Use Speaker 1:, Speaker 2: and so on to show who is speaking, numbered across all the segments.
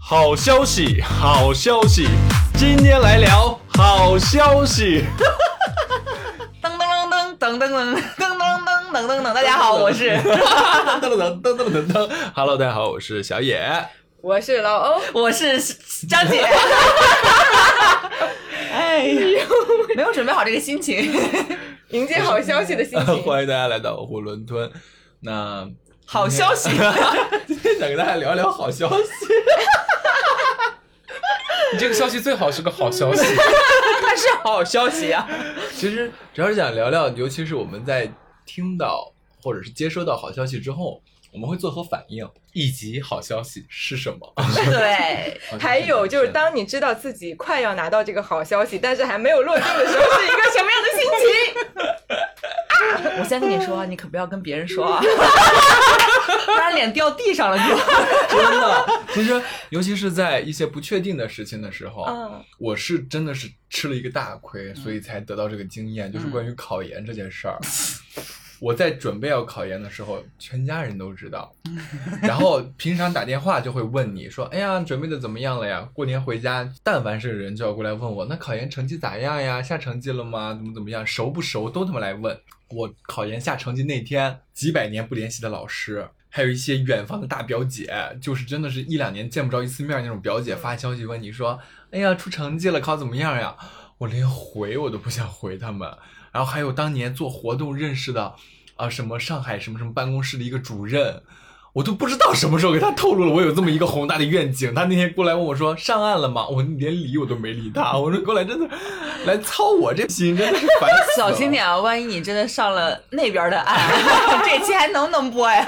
Speaker 1: 好消息，好消息，今天来聊好消息。
Speaker 2: 噔噔噔噔噔噔噔噔噔噔噔噔噔，大家好，我是
Speaker 1: 噔噔噔噔噔噔噔，Hello，大家好，我是小野。
Speaker 3: 我是老欧，
Speaker 2: 我是张姐。哎呀，没有准备好这个心情，
Speaker 3: 迎接好消息的心 情。
Speaker 1: 欢迎大家来到囫囵吞。那
Speaker 2: 好消息，
Speaker 1: 今天想跟大家聊一聊好消 息，
Speaker 4: 你这个消息最好是个好 消息，
Speaker 2: 它是好消息啊！
Speaker 1: 其实主要是想聊聊，尤其是我们在听到或者是接收到好消息之后，我们会作何反应
Speaker 4: 以及好消息。
Speaker 1: 是什么？
Speaker 2: 对，
Speaker 4: 还有就是，当你知道自己快要拿到这个好消息，但是还没有落定的时候，是一个什么样的心情？
Speaker 2: 我先跟你说，你可不要跟别人说啊，不然脸掉地上了就。
Speaker 1: 真的，其实尤其是在一些不确定的事情的时候，
Speaker 4: 嗯，
Speaker 1: 我是真的是吃了一个大亏，所以才得到这个经验，就是关于考研这件事儿。我在准备要考研的时候，全家人都知道，然后平常打电话就会问你说：“哎呀，准备的怎么样了呀？过年回家，但凡是人就要过来问我，那考研成绩咋样呀？下成绩了吗？怎么怎么样？熟不熟？都他妈来问。”我考研下成绩那天，几百年不联系的老师，还有一些远方的大表姐，就是真的是一两年见不着一次面那种表姐发消息问你说：“哎呀，出成绩了，考怎么样呀？”我连回我都不想回他们。然后还有当年做活动认识的，啊，什么上海什么什么办公室的一个主任，我都不知道什么时候给他透露了我有这么一个宏大的愿景。他那天过来问我说：“上岸了吗？”我连理我都没理他。我说：“过来真的来操我这心，真的是烦死了。”
Speaker 2: 小心点啊，万一你真的上了那边的岸，这期还能不能播呀？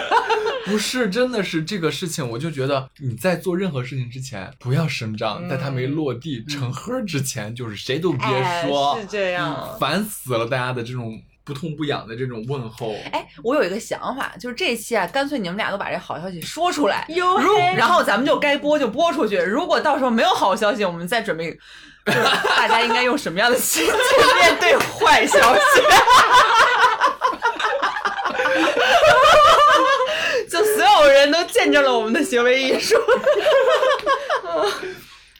Speaker 1: 不是，真的是这个事情，我就觉得你在做任何事情之前不要声张，
Speaker 2: 嗯
Speaker 1: 在它没落地成盒之前，就是谁都别
Speaker 4: 哎
Speaker 1: 说，
Speaker 4: 是这样。
Speaker 1: 烦死了大家的这种不痛不痒的这种问候。
Speaker 2: 哎，我有一个想法，就是这一期啊，干脆你们俩都把这好消息说出来，
Speaker 3: 哟
Speaker 2: 如
Speaker 3: 嘿
Speaker 2: 然后咱们就该播就播出去。如果到时候没有好消息，我们再准备，就是大家应该用什么样的心情面对坏消息？ 就所有人都见证了我们的行为艺术。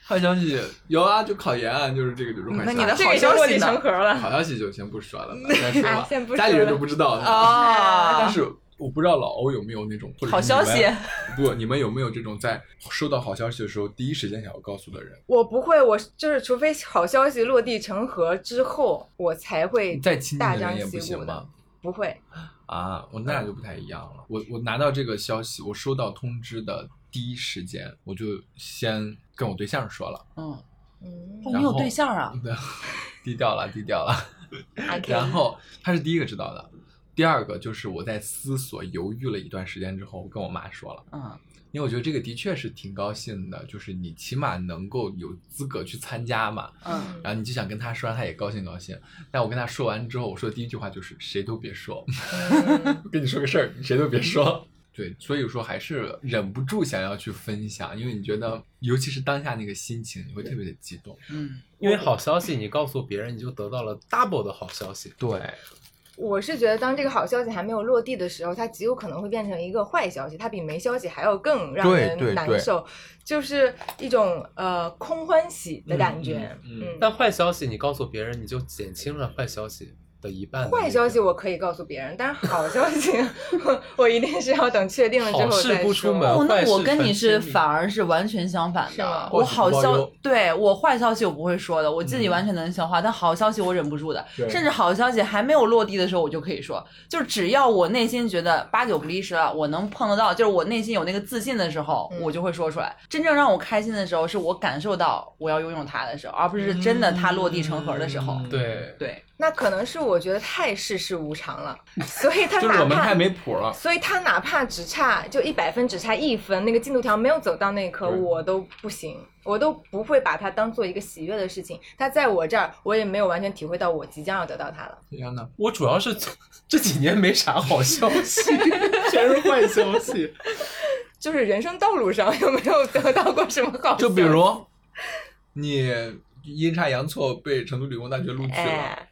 Speaker 1: 坏消息有啊，就考研啊，就是这个就是坏
Speaker 2: 那你
Speaker 1: 消
Speaker 2: 的
Speaker 1: 息。
Speaker 4: 嗯这个已经落地成盒了。
Speaker 1: 好消息就先不说 了，不先说
Speaker 4: 哎
Speaker 1: 了，
Speaker 4: 先不说
Speaker 1: 家里人
Speaker 4: 了哦
Speaker 1: 都不知道。哦但
Speaker 2: 啊，
Speaker 1: 是我不知道老欧有没有那种或者
Speaker 2: 好
Speaker 1: 是
Speaker 2: 消
Speaker 1: 你们
Speaker 2: 息，
Speaker 1: 不，你们有没有这种在收到好消息的时候第一时间想要告诉的人？
Speaker 4: 我不会，我就是除非好消息落地成盒之后，我才会
Speaker 1: 再亲近
Speaker 4: 大
Speaker 1: 的人
Speaker 4: 张
Speaker 1: 也不
Speaker 4: 旗
Speaker 1: 行
Speaker 4: 鼓
Speaker 1: 吗
Speaker 4: 的？，不会。
Speaker 1: 啊，我那就不太一样了。我我拿到这个消息，我收到通知的第一时间，我就先跟我对象说了，
Speaker 2: 嗯，
Speaker 4: 嗯
Speaker 2: 哦你有对象啊？
Speaker 1: 低调了，低调了。
Speaker 4: ，OK，
Speaker 1: 然后他是第一个知道的，第二个就是我在思索犹豫了一段时间之后，我跟我妈说了，
Speaker 2: 嗯，
Speaker 1: 因为我觉得这个的确是挺高兴的，就是你起码能够有资格去参加嘛。
Speaker 2: 嗯，
Speaker 1: 然后你就想跟他说，让他也高兴高兴。但我跟他说完之后，我说的第一句话就是谁都别说。
Speaker 4: 嗯
Speaker 1: 跟你说个事儿，你谁都别说。对，所以说还是忍不住想要去分享，因为你觉得，尤其是当下那个心情，你会特别的激动。
Speaker 2: 嗯，
Speaker 5: 因为好消息你告诉别人，你就得到了 double 的好消息。
Speaker 1: 对，
Speaker 4: 我是觉得，当这个好消息还没有落地的时候，它极有可能会变成一个坏消息，它比没消息还要更让
Speaker 1: 对对
Speaker 4: 人难受，就是一种呃空欢喜的感觉。
Speaker 1: 嗯嗯
Speaker 5: 但坏消息你告诉别人，你就减轻了坏消息的一半的那个。
Speaker 4: 坏消息我可以告诉别人，但是好消息 我一定是要等确定了之后
Speaker 5: 好事
Speaker 4: 再说。
Speaker 5: 不出门
Speaker 2: 哦，
Speaker 5: 坏
Speaker 2: 那
Speaker 5: 事
Speaker 2: 我跟你
Speaker 5: 传
Speaker 2: 是
Speaker 5: 千里
Speaker 2: 反而是完全相反
Speaker 4: 是啊
Speaker 2: 的
Speaker 4: 吗。
Speaker 2: 我
Speaker 1: 报喜
Speaker 2: 好
Speaker 1: 不报
Speaker 2: 消
Speaker 1: 忧，
Speaker 2: 对我坏消息我不会说的，我自己
Speaker 5: 嗯
Speaker 2: 完全能消化，但好消息我忍不住的，
Speaker 1: 对
Speaker 2: 甚至好消息还没有落地的时候，我就可以说，就是只要我内心觉得八九不离十了，我能碰得到，就是我内心有那个自信的时候，
Speaker 4: 嗯
Speaker 2: 我就会说出来。真正让我开心的时候，是我感受到我要拥有它的时候，而不是真的它落地成盒的时候。
Speaker 1: 嗯
Speaker 5: 对，
Speaker 2: 对，
Speaker 4: 那可能是我觉得太世事无常了，所以他
Speaker 1: 就是我
Speaker 4: 哪
Speaker 1: 们
Speaker 4: 怕
Speaker 1: 太没谱了。
Speaker 4: 所以他哪怕只差就一百分，只差一分，那个进度条没有走到那一刻，
Speaker 1: 对
Speaker 4: 我都不行，我都不会把它当做一个喜悦的事情。他在我这儿，我也没有完全体会到我即将要得到它了。
Speaker 1: 天呐，
Speaker 5: 我主要是这几年没啥好消息，
Speaker 1: 全是坏消息。
Speaker 4: 就是人生道路上有没有得到过什么好消息？
Speaker 1: 就比如你阴差阳错被成都理工大学录取了，
Speaker 4: 哎，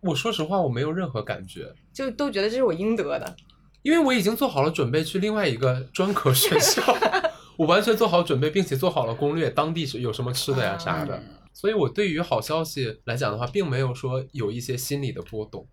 Speaker 5: 我说实话我没有任何感觉，
Speaker 4: 就都觉得这是我应得的。
Speaker 5: 因为我已经做好了准备去另外一个专科学校， 我完全做好准备，并且做好了攻略，当地是有什么吃的呀啥嗯
Speaker 4: 嗯
Speaker 5: 的。所以我对于好消息来讲的话，并没有说有一些心理的波动。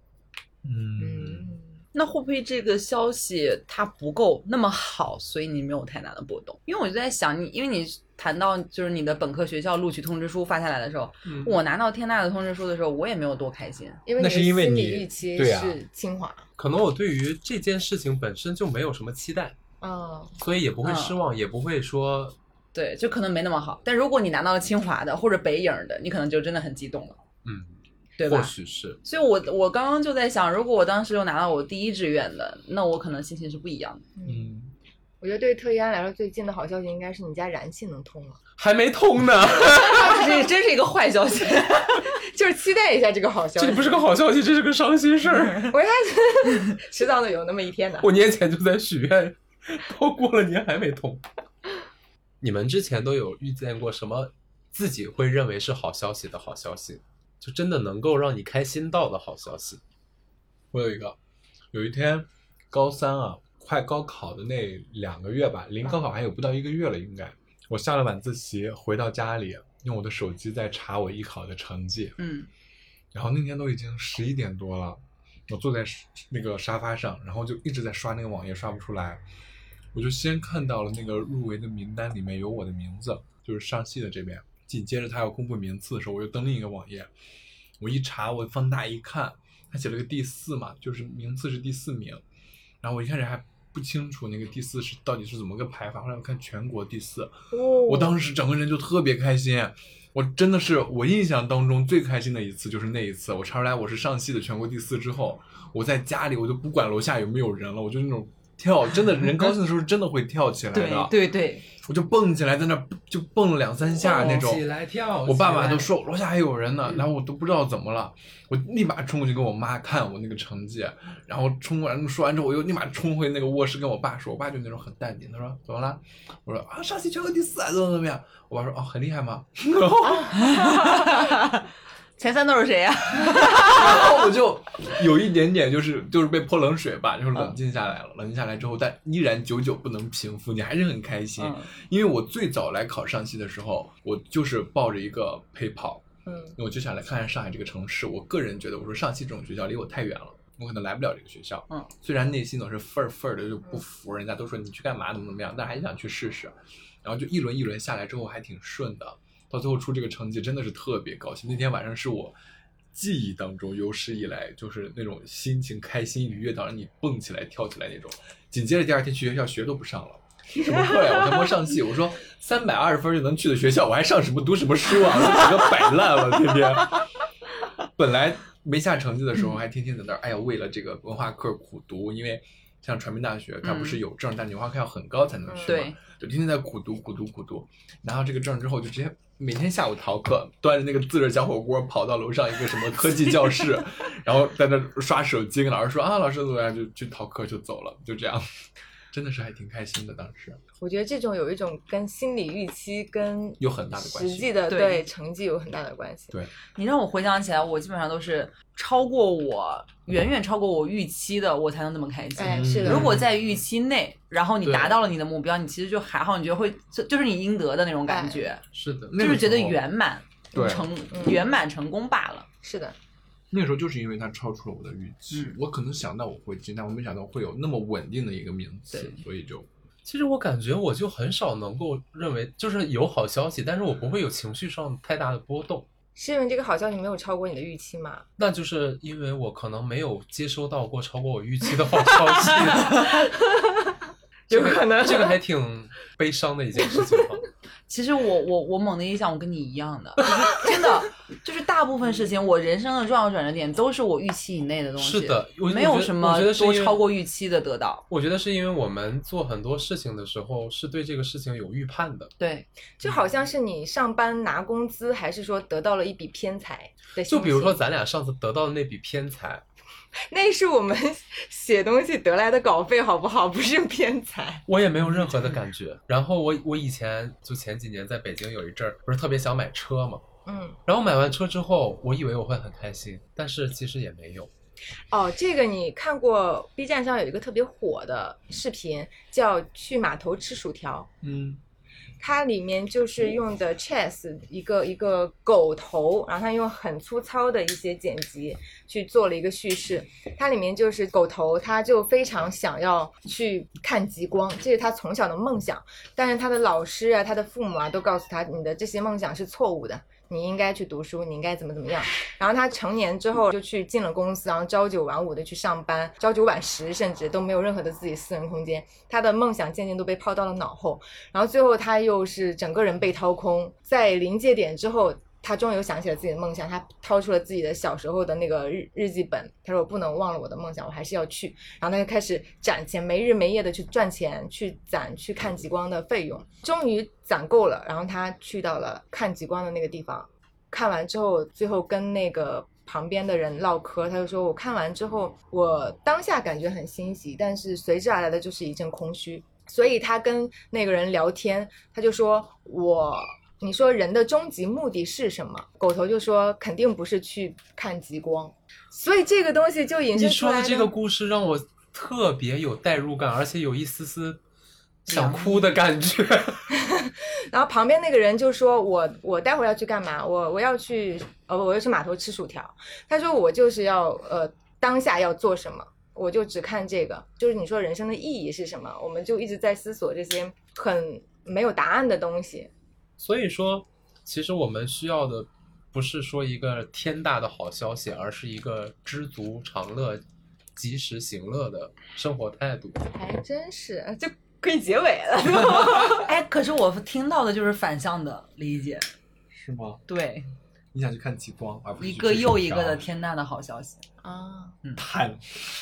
Speaker 1: 嗯，
Speaker 4: 嗯，
Speaker 2: 那会不会这个消息它不够那么好，所以你没有太大的波动？因为我就在想你，因为你谈到就是你的本科学校录取通知书发下来的时候，
Speaker 5: 嗯
Speaker 2: 我拿到天大的通知书的时候，我也没有多开心。
Speaker 4: 因为
Speaker 1: 那是因为
Speaker 4: 心
Speaker 1: 你
Speaker 4: 理预期
Speaker 1: 对啊
Speaker 4: 是清华，
Speaker 5: 可能我对于这件事情本身就没有什么期待，
Speaker 4: 嗯，
Speaker 5: 所以也不会失望，也不会说
Speaker 2: 对，就可能没那么好。但如果你拿到了清华的或者北影的，你可能就真的很激动了，
Speaker 5: 嗯，
Speaker 2: 对
Speaker 5: 或
Speaker 2: 吧？
Speaker 5: 许是
Speaker 2: 所以我，我刚刚就在想，如果我当时就拿到我第一志愿的，那我可能心情是不一样的。
Speaker 1: 嗯，
Speaker 4: 我觉得对于特一安来说最近的好消息应该是你家燃气能通了，
Speaker 5: 还没通呢，
Speaker 2: 这真是一个坏消息。
Speaker 4: 就是期待一下这个好消息
Speaker 5: 这。不是个好消息，这是个伤心事 儿。
Speaker 4: 我还觉得 迟早的有那么一天的。
Speaker 5: 我年前就在许愿，都过了年还没通。 你们之前都有遇见过什么自己会认为是好消息的好消息，就真的能够让你开心到的好消息？
Speaker 1: 我有一个，有一天高三啊，快高考的那两个月吧，离高考还有不到一个月了，应该。我下了晚自习回到家里，用我的手机在查我艺考的成绩，
Speaker 2: 嗯，
Speaker 1: 然后那天都已经十一点多了，我坐在是那个沙发上，然后就一直在刷那个网页，刷不出来。我就先看到了那个入围的名单里面有我的名字，就是上戏的这边。紧接着他要公布名次的时候，我又登另一个网页，我一查，我放大一看，他写了个第四嘛，就是名次是第四名。然后我一开始还不清楚那个第四是到底是怎么个排法，后来我看全国第四，我
Speaker 2: 哦
Speaker 1: 当时整个人就特别开心，我真的是我印象当中最开心的一次就是那一次，我查出来我是上戏的全国第四之后，我在家里我就不管楼下有没有人了，我就那种跳，真的人高兴的时候真的会跳起来的，
Speaker 2: 对对对，
Speaker 1: 我就蹦起来在那儿就蹦了两三
Speaker 2: 哦
Speaker 1: 下那种。
Speaker 5: 来跳
Speaker 1: 我爸爸都说楼下还有人呢，然后我都不知道怎么了，我立马冲过去给我妈看我那个成绩，然后冲过来说完之后，我又立马冲回那个卧室跟我爸说，我爸就那种很淡定，他说怎么了？我说啊，上期全国第四啊，怎么怎么样？我爸说哦，很厉害吗？然后
Speaker 2: 前三都是谁呀、啊
Speaker 1: 然后我就有一点点就是就是被泼冷水吧，就是冷静下来了。冷静下来之后，但依然久久不能平复，你还是很开心。
Speaker 2: 嗯
Speaker 1: 因为我最早来考上戏的时候，我就是抱着一个陪跑，
Speaker 4: 嗯，
Speaker 1: 我就想来看看上海这个城市。我个人觉得，我说上戏这种学校离我太远了，我可能来不了这个学校。
Speaker 2: 嗯，
Speaker 1: 虽然内心总是愤儿愤儿的，就不服，人家都说你去干嘛怎么怎么样，但还是想去试试。然后就一轮一轮下来之后，还挺顺的。到最后出这个成绩，真的是特别高兴。那天晚上是我记忆当中有史以来就是那种心情开心愉悦到让你蹦起来跳起来那种。紧接着第二天去学校学都不上了。什么课呀？我他妈上戏！我说三百二十分就能去的学校，我还上什么读什么书啊？我整个摆烂了，天天。本来没下成绩的时候，还天天在那儿，哎呀，为了这个文化课苦读，因为像传媒大学，它不是有证，但你文化课要很高才能去嘛，
Speaker 2: 对
Speaker 1: 就天天在苦读苦读苦读。拿到这个证之后，就直接每天下午逃课，端着那个自热小火锅跑到楼上一个什么科技教室，然后在那儿刷手机，跟老师说啊，老师怎么样，就去逃课就走了，就这样，真的是还挺开心的。当时
Speaker 4: 我觉得这种有一种跟心理预期跟
Speaker 1: 有很大的关
Speaker 4: 实
Speaker 1: 系
Speaker 4: 际，的
Speaker 2: 对
Speaker 4: 对成绩有很大的关系。
Speaker 1: 对，
Speaker 2: 你让我回想起来，我基本上都是超过我远远超过我预期的，我才能那么开心。
Speaker 4: 哎，
Speaker 1: 嗯
Speaker 4: 是的，
Speaker 2: 如果在预期内，然后你
Speaker 5: 对
Speaker 2: 达到了你的目标，你其实就还好，你觉得会就就是你应得的那种感觉，
Speaker 5: 是的，
Speaker 1: 那
Speaker 2: 就
Speaker 1: 个
Speaker 2: 是觉得
Speaker 1: 时候
Speaker 2: 圆满
Speaker 1: 对
Speaker 2: 成
Speaker 4: 哎嗯
Speaker 2: 圆满成功罢了。
Speaker 4: 是的，
Speaker 1: 那个时候就是因为它超出了我的预期，
Speaker 2: 嗯
Speaker 1: 我可能想到我会进，但我没想到会有那么稳定的一个名次，
Speaker 2: 对
Speaker 1: 所以就
Speaker 5: 其实我感觉我就很少能够认为就是有好消息，但是我不会有情绪上太大的波动。
Speaker 4: 是因为这个好消息没有超过你的预期嘛？
Speaker 5: 那就是因为我可能没有接收到过超过我预期的好消 息，
Speaker 4: 有可能
Speaker 5: 这个还挺悲伤的一件事情啊吧。
Speaker 2: 其实我我我猛地一想，我跟你一样的，就是真的就是大部分事情，我人生的重要转折点都是我预期以内的东西，
Speaker 5: 是的我
Speaker 2: 没
Speaker 5: 我
Speaker 2: 有
Speaker 5: 觉得
Speaker 2: 什
Speaker 5: 我
Speaker 2: 么
Speaker 5: 觉得是因
Speaker 2: 多
Speaker 5: 为
Speaker 2: 超过预期的得到。
Speaker 5: 我觉得是因为我们做很多事情的时候是对这个事情有预判的，
Speaker 2: 对，
Speaker 4: 就好像是你上班拿工资，还是说得到了一笔偏财的心
Speaker 5: 就
Speaker 4: 情？
Speaker 5: 比如说咱俩上次得到的那笔偏财，
Speaker 4: 那是我们写东西得来的稿费，好不好？不是偏财。
Speaker 5: 我也没有任何的感觉。然后我我以前就前几年在北京有一阵儿，不是特别想买车嘛，
Speaker 4: 嗯，
Speaker 5: 然后买完车之后，我以为我会很开心，但是其实也没有。
Speaker 4: 哦，这个你看过 B 站上有一个特别火的视频，叫“去码头吃薯条
Speaker 1: 嗯，”
Speaker 4: 它里面就是用的 chess 一个一个狗头，然后它用很粗糙的一些剪辑去做了一个叙事。它里面就是狗头，他就非常想要去看极光，这是他从小的梦想。但是他的老师啊，他的父母啊，都告诉他，你的这些梦想是错误的，你应该去读书，你应该怎么怎么样。然后他成年之后就去进了公司，然后朝九晚五的去上班，朝九晚十，甚至都没有任何的自己私人空间。他的梦想渐渐都被抛到了脑后，然后最后他又是整个人被掏空，在临界点之后。他终于又想起了自己的梦想，他掏出了自己的小时候的那个日日记本，他说：“我不能忘了我的梦想，我还是要去。”然后他就开始攒钱，没日没夜的去赚钱，去攒去看极光的费用。终于攒够了，然后他去到了看极光的那个地方。看完之后，最后跟那个旁边的人唠嗑，他就说：“我看完之后，我当下感觉很欣喜，但是随之而来的就是一阵空虚。”所以他跟那个人聊天，他就说：“我。”你说人的终极目的是什么？狗头就说肯定不是去看极光，所以这个东西就引
Speaker 5: 你
Speaker 4: 申出
Speaker 5: 说
Speaker 4: 来
Speaker 5: 的
Speaker 4: 了。
Speaker 5: 这个故事让我特别有代入感，而且有一丝丝想哭的感觉。
Speaker 4: 然后旁边那个人就说我我待会儿要去干嘛？我我要去呃我要去码头吃薯条。他说我就是要呃当下要做什么，我就只看这个。就是你说人生的意义是什么？我们就一直在思索这些很没有答案的东西。
Speaker 5: 所以说，其实我们需要的不是说一个天大的好消息，而是一个知足常乐、及时行乐的生活态度。
Speaker 4: 还真是呃就可以结尾了。
Speaker 2: 哎，可是我听到的就是反向的理解，
Speaker 1: 是吗？
Speaker 2: 对，
Speaker 1: 你想去看极光，而不是啊
Speaker 2: 一
Speaker 1: 去
Speaker 2: 个
Speaker 1: 吃
Speaker 2: 又
Speaker 1: 薯
Speaker 2: 一个
Speaker 1: 条
Speaker 2: 的天大的好消息。
Speaker 4: 啊。
Speaker 1: 叹。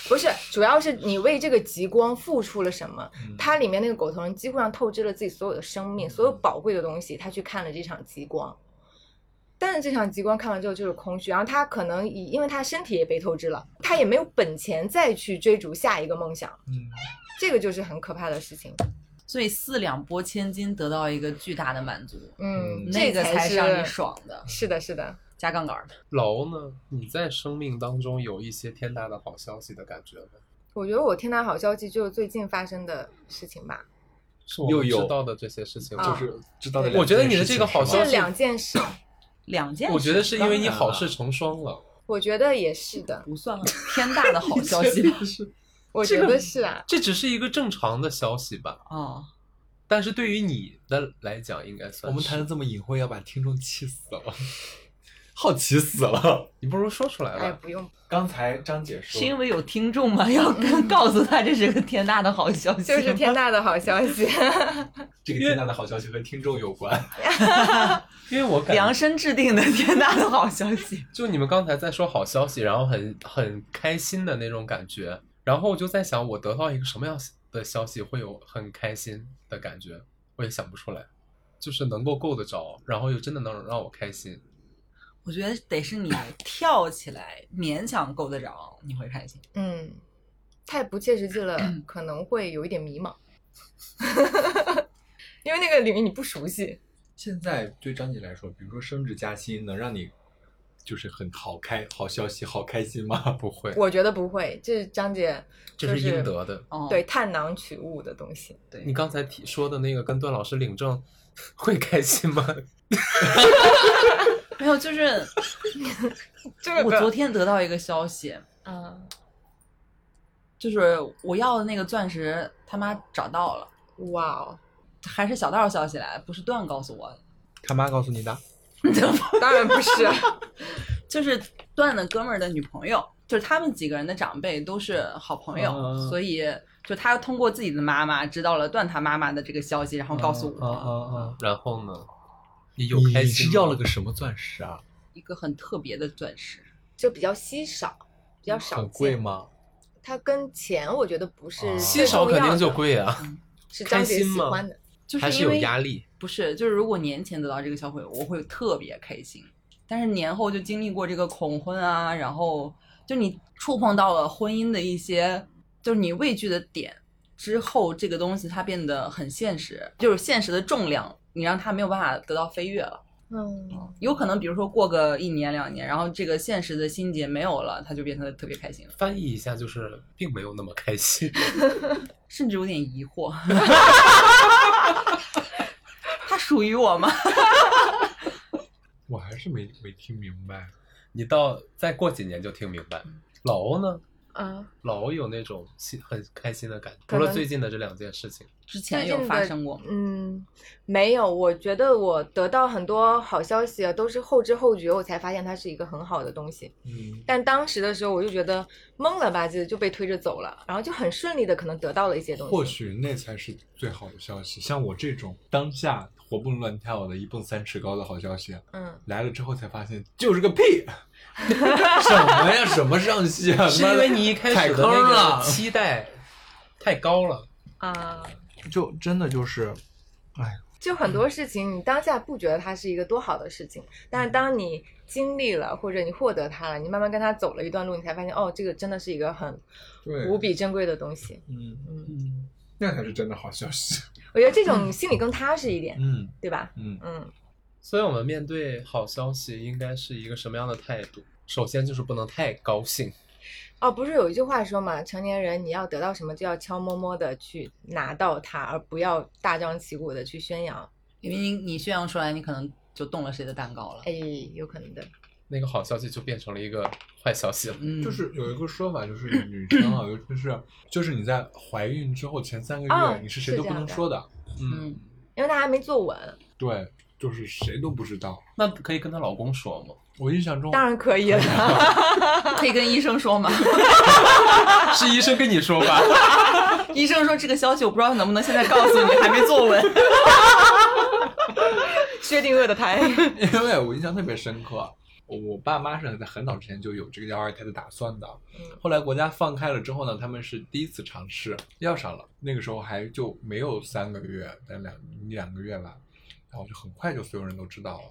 Speaker 4: 不是，主要是你为这个极光付出了什么。
Speaker 1: 嗯
Speaker 4: 它里面那个狗头人几乎上透支了自己所有的生命，所有宝贵的东西，他去看了这场极光。但是这场极光看完之后就是空虚，然后他可能以因为他身体也被透支了，他也没有本钱再去追逐下一个梦想，
Speaker 1: 嗯，
Speaker 4: 这个就是很可怕的事情。
Speaker 2: 所以四两拨千斤得到一个巨大的满足，
Speaker 4: 嗯，
Speaker 2: 那个
Speaker 4: 这才
Speaker 2: 才
Speaker 4: 是
Speaker 2: 是让你爽的，
Speaker 4: 是的，是的，
Speaker 2: 加杠杆儿的。
Speaker 5: 老欧呢？你在生命当中有一些天大的好消息的感觉吗？
Speaker 4: 我觉得我天大好消息就是最近发生的事情吧，
Speaker 5: 是我们
Speaker 1: 又有
Speaker 5: 知道的这些事情吗，
Speaker 4: 啊
Speaker 1: 就是知道的。
Speaker 5: 我觉得你的这个好消
Speaker 4: 这
Speaker 5: 息
Speaker 4: 两件事，
Speaker 2: 两件事，
Speaker 5: 我觉得是因为你
Speaker 1: 当然
Speaker 5: 好
Speaker 1: 了
Speaker 4: 啊
Speaker 5: 事成双了。
Speaker 4: 我觉得也是的，
Speaker 2: 不算天大的好消 息吧？
Speaker 4: 我觉得是啊，
Speaker 5: 这只是一个正常的消息吧，
Speaker 2: 哦，
Speaker 5: 但是对于你的来讲，应该 算
Speaker 1: 我们
Speaker 5: 是
Speaker 1: 谈的这么隐晦，要把听众气死了， 好奇死了。
Speaker 5: 你不如说出来
Speaker 4: 哎，
Speaker 5: 吧。
Speaker 4: 不用
Speaker 1: 刚才张姐说，
Speaker 2: 是因为有听众吗？要跟告诉他这是个天大的好消息，
Speaker 4: 就是天大的好消息。
Speaker 1: 这个天大的好消息和听众有关。
Speaker 5: 因为我 感
Speaker 2: 量身制定的天大的好消息。
Speaker 5: 就你们刚才在说好消息，然后很很开心的那种感觉，然后我就在想，我得到一个什么样的消息会有很开心的感觉，我也想不出来，就是能够够得着，然后又真的能让我开心。
Speaker 2: 我觉得得是你跳起来，勉强够得着，你会开心。
Speaker 4: 嗯，太不切实际了，
Speaker 5: 嗯
Speaker 4: 可能会有一点迷茫， 因为那个领域你不熟悉。
Speaker 1: 现在对张姐来说，比如说升职加薪，能让你就是很好开好消息、好开心吗？ 不会，
Speaker 4: 我觉得不会，这是张姐
Speaker 5: 这是应得的。
Speaker 2: 哦，
Speaker 4: 对，探囊取物的东西。
Speaker 5: 你刚才提说的那个跟段老师领证会开心吗？
Speaker 2: 没有，就是
Speaker 4: 这
Speaker 2: 我昨
Speaker 4: 个
Speaker 2: 天得到一个消息，
Speaker 4: 嗯，
Speaker 2: 就是我要的那个钻石他妈找到了，
Speaker 4: 哇哦，
Speaker 2: 还是小道消息来，不是段告诉我的。
Speaker 1: 他妈告诉你的。
Speaker 4: 当然 不是，
Speaker 2: 就是段的哥们儿的女朋友，就是他们几个人的长辈都是好朋友，
Speaker 1: 嗯
Speaker 2: 所以就他通过自己的妈妈知道了段他妈妈的这个消息，然后嗯告
Speaker 5: 嗯
Speaker 2: 诉
Speaker 1: 嗯
Speaker 2: 我、
Speaker 5: 然后呢？你有
Speaker 1: 有
Speaker 5: 开
Speaker 1: 开
Speaker 5: 心
Speaker 1: 心
Speaker 5: 吗？
Speaker 1: 什么钻石啊？
Speaker 2: 一个很特别的钻石，
Speaker 4: 就比较稀少，比
Speaker 5: 嗯
Speaker 4: 较少
Speaker 1: 很
Speaker 4: 见。
Speaker 1: 贵？吗？
Speaker 4: 它跟钱我觉得不是
Speaker 1: 啊
Speaker 5: 哦稀
Speaker 4: 最
Speaker 5: 少
Speaker 4: 重
Speaker 5: 肯
Speaker 4: 要
Speaker 5: 定
Speaker 4: 的
Speaker 5: 就，贵啊，
Speaker 4: 是张姐
Speaker 5: 开心
Speaker 4: 喜
Speaker 5: 吗
Speaker 4: 欢的。
Speaker 2: 就
Speaker 5: 还是
Speaker 2: 因
Speaker 5: 有
Speaker 2: 为
Speaker 5: 压力。
Speaker 2: 不是，就是如果年前得到这个消费，我会特别开心，但是年后就经历过这个恐婚啊，然后就你触碰到了婚姻的一些，就是你畏惧的点之后，这个东西它变得很现实，就是现实的重量，你让它没有办法得到飞跃了。
Speaker 5: 哦
Speaker 4: 嗯，
Speaker 2: 有可能，比如说过个一年两年，然后这个现实的心结没有了，他就变得特别开心了，
Speaker 5: 翻译一下就是，并没有那么开心。
Speaker 2: 甚至有点疑惑。他属于我吗？
Speaker 1: 我还是没没听明白。
Speaker 5: 你到再过几年就听明白。
Speaker 1: 嗯
Speaker 5: 老欧呢？
Speaker 4: 啊，
Speaker 5: 老欧有那种心很开心的感觉，
Speaker 4: 可
Speaker 5: 除
Speaker 4: 能
Speaker 5: 了最近的这两件事情，
Speaker 2: 之前有发生过吗？
Speaker 4: 嗯，没有，我觉得我得到很多好消息啊，都是后知后觉，我才发现它是一个很好的东西。
Speaker 1: 嗯，
Speaker 4: 但当时的时候，我就觉得懵了吧唧的就被推着走了，然后就很顺利的可能得到了一些东西。
Speaker 1: 或许那才是最好的消息。像我这种当下活蹦乱跳的、一蹦三尺高的好消息，
Speaker 4: 嗯，
Speaker 1: 来了之后才发现就是个屁， 什么呀？什么上戏啊？
Speaker 5: 是因为你一开始的
Speaker 1: 踩坑
Speaker 5: 那
Speaker 1: 了
Speaker 5: 个期待太高了。
Speaker 4: 啊，
Speaker 1: 就真的就是，哎，
Speaker 4: 就很多事情你当下不觉得它是一个多好的事情，但是当你经历了或者你获得它了，你慢慢跟它走了一段路，你才发现哦，这个真的是一个很
Speaker 1: 对，
Speaker 4: 无比珍贵的东西。
Speaker 1: 嗯
Speaker 4: 嗯，
Speaker 1: 嗯，那才是真的好消 息。
Speaker 4: 我觉得这种心里更踏实一点，
Speaker 1: 嗯
Speaker 4: 对吧？
Speaker 1: 嗯，
Speaker 4: 嗯
Speaker 5: 所以，我们面对好消息应该是一个什么样的态度？首先就是不能太高兴，
Speaker 4: 哦，不是有一句话说嘛，成年人你要得到什么就要悄摸摸的去拿到它，而不要大张旗鼓的去宣扬。
Speaker 2: 因为你你宣扬出来，你可能就动了谁的蛋糕了。
Speaker 4: 哎，有可能的。
Speaker 5: 那个好消息就变成了一个坏消息了。
Speaker 2: 嗯，
Speaker 1: 就是有一个说法，就是女生啊，尤其是就是你在怀孕之后前三个
Speaker 4: 啊
Speaker 5: 哦
Speaker 1: 月，你是谁都不能说的，
Speaker 5: 嗯，
Speaker 2: 嗯，
Speaker 4: 因为他还没坐稳，
Speaker 1: 对，就是谁都不知道。
Speaker 5: 那可以跟她老公说吗？
Speaker 1: 我印象中，
Speaker 4: 当然可以了。
Speaker 2: 可以跟医生说嘛。
Speaker 5: 是医生跟你说吧。
Speaker 2: 医生说这个消息我不知道能不能现在告诉你，还没坐 稳。
Speaker 4: 薛定谔的胎，
Speaker 1: 因为我印象特别深刻，我爸妈是在很早之前就有这个要二胎的打算的。后来国家放开了之后呢，他们是第一次尝试要上了，那个时候还就没有三个月，但两一两个月吧，然后就很快就所有人都知道了，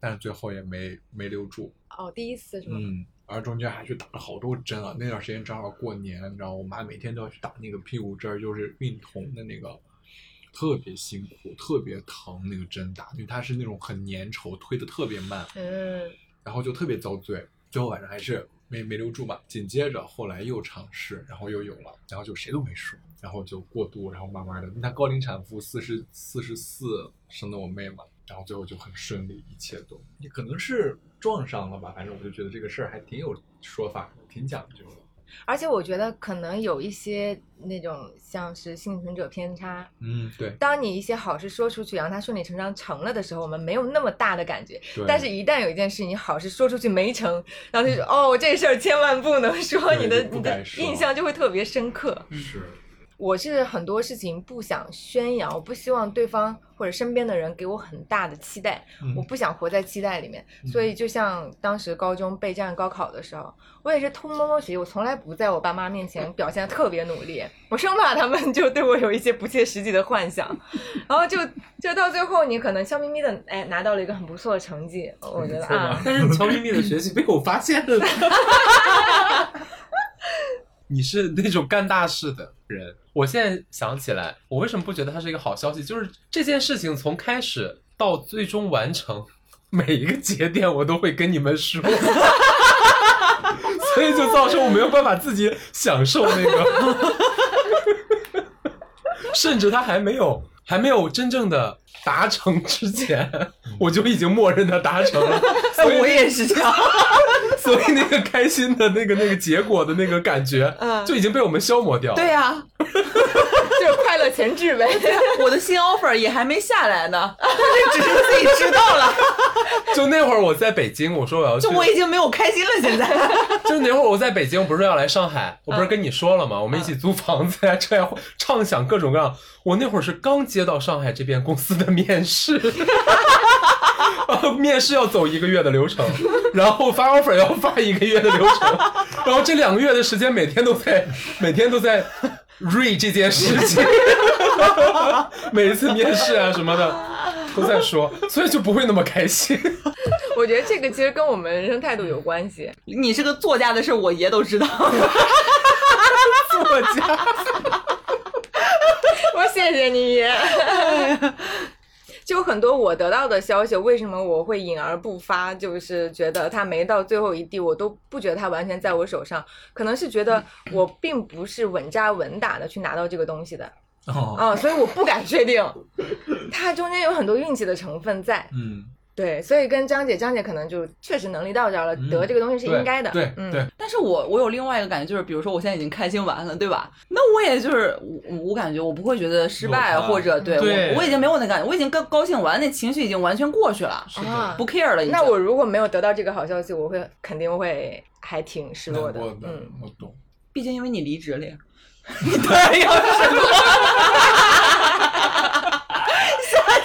Speaker 1: 但是最后也没没留住。
Speaker 4: 哦，第一次是吗？
Speaker 1: 嗯，而中间还去打了好多针啊。那段时间正好过年，你知道，我妈每天都要去打那个屁股针儿，就是孕酮的那个，特别辛苦，特别疼那个针打，因为它是那种很粘稠，推的特别慢，
Speaker 4: 嗯，
Speaker 1: 然后就特别遭罪。最后晚上还是没没留住嘛。紧接着后来又尝试，然后又有了，然后就谁都没说，然后就过渡，然后慢慢的，那高龄产妇四十四十四生的我妹嘛，然后最后就很顺利，一切都也可能是撞上了吧，反正我就觉得这个事儿还挺有说法的，挺讲究的。
Speaker 4: 而且我觉得可能有一些那种像是幸存者偏差，
Speaker 1: 嗯，对，
Speaker 4: 当你一些好事说出去，然后它顺理成章成了的时候，我们没有那么大的感觉。
Speaker 1: 对
Speaker 4: 但是，一旦有一件事你好事说出去没成，然后就说哦，这事儿千万不能说，
Speaker 1: 嗯对
Speaker 4: 你的
Speaker 1: 就不
Speaker 4: 你的
Speaker 1: 该说
Speaker 4: 印象就会特别深刻。
Speaker 1: 是，
Speaker 4: 我是很多事情不想宣扬，我不希望对方或者身边的人给我很大的期待，
Speaker 1: 嗯
Speaker 4: 我不想活在期待里面。
Speaker 1: 嗯
Speaker 4: 所以就像当时高中备战高考的时候，我也是偷摸摸学习，我从来不在我爸妈面前表现得特别努力，我生怕他们就对我有一些不切实际的幻想，然后就就到最后你可能笑眯眯的哎拿到了一个很不错的成绩，我觉得啊，
Speaker 5: 但是乔咪咪的学习被我发现了。 你是那种干大事的人。我现在想起来，我为什么不觉得它是一个好消息？就是这件事情从开始到最终完成，每一个节点我都会跟你们说， 所以就造成我没有办法自己享受那个，甚至它还没有还没有真正的达成之前，我就已经默认它达成了。所以
Speaker 2: 嗯我也是这样。
Speaker 5: 所以那个开心的那个那个结果的那个感觉，
Speaker 4: 嗯
Speaker 5: 就已经被我们消磨掉。
Speaker 2: 对，啊，
Speaker 4: 就是快乐前置呗。
Speaker 2: 我的新 offer 也还没下来呢，这只是自己知道了。
Speaker 5: 就那会儿我在北京，我说我要去，
Speaker 2: 就我已经没有开心了，现在
Speaker 5: 就那会儿我在北京，我不是要来上海，我
Speaker 2: 嗯
Speaker 5: 不是跟你说了吗？我们一起租房子呀，这样畅想各种各样。我那会儿是刚接到上海这边公司的面试。 面试要走一个月的流程，然后发 offer 要发一个月的流程，然后这两个月的时间每天都在每天都在 re 这件事情， 每一次面试啊什么的都在说，所以就不会那么开心。
Speaker 4: 我觉得这个其实跟我们人生态度有关系。
Speaker 2: 你是个作家的事，我爷都知道。
Speaker 5: 作家。
Speaker 4: 我谢谢你爷。就很多我得到的消息，为什么我会隐而不发？就是觉得它没到最后一滴，我都不觉得它完全嗯 在我手上，可能是觉得我并不是稳扎稳打的去拿到这个东西的。
Speaker 1: 哦，
Speaker 4: 啊，所以我不敢确定，它中间有很多运气的成分在。
Speaker 1: 嗯，
Speaker 4: 对，所以跟张姐，张姐可能就确实能力到这儿了，
Speaker 1: 嗯
Speaker 4: 得这个东西是
Speaker 1: 对
Speaker 4: 应该的。
Speaker 1: 对
Speaker 4: 嗯，
Speaker 1: 对，
Speaker 2: 但是我我有另外一个感觉，就是比如说我现在已经开心完了，对吧？那我也就是我我感觉我不会觉得失败
Speaker 1: 落差
Speaker 2: 或者对
Speaker 5: 对
Speaker 2: 我我已经没有那感觉，我已经高高兴完，那情绪已经完全过去了，
Speaker 1: 的
Speaker 4: 啊
Speaker 2: 不 care 了已经。
Speaker 4: 那我如果没有得到这个好消息，我会肯定会还挺失落
Speaker 1: 难
Speaker 4: 的。
Speaker 1: 过的
Speaker 4: 嗯，，
Speaker 1: 我懂。
Speaker 2: 毕竟因为你离职了呀，你当然要失落。下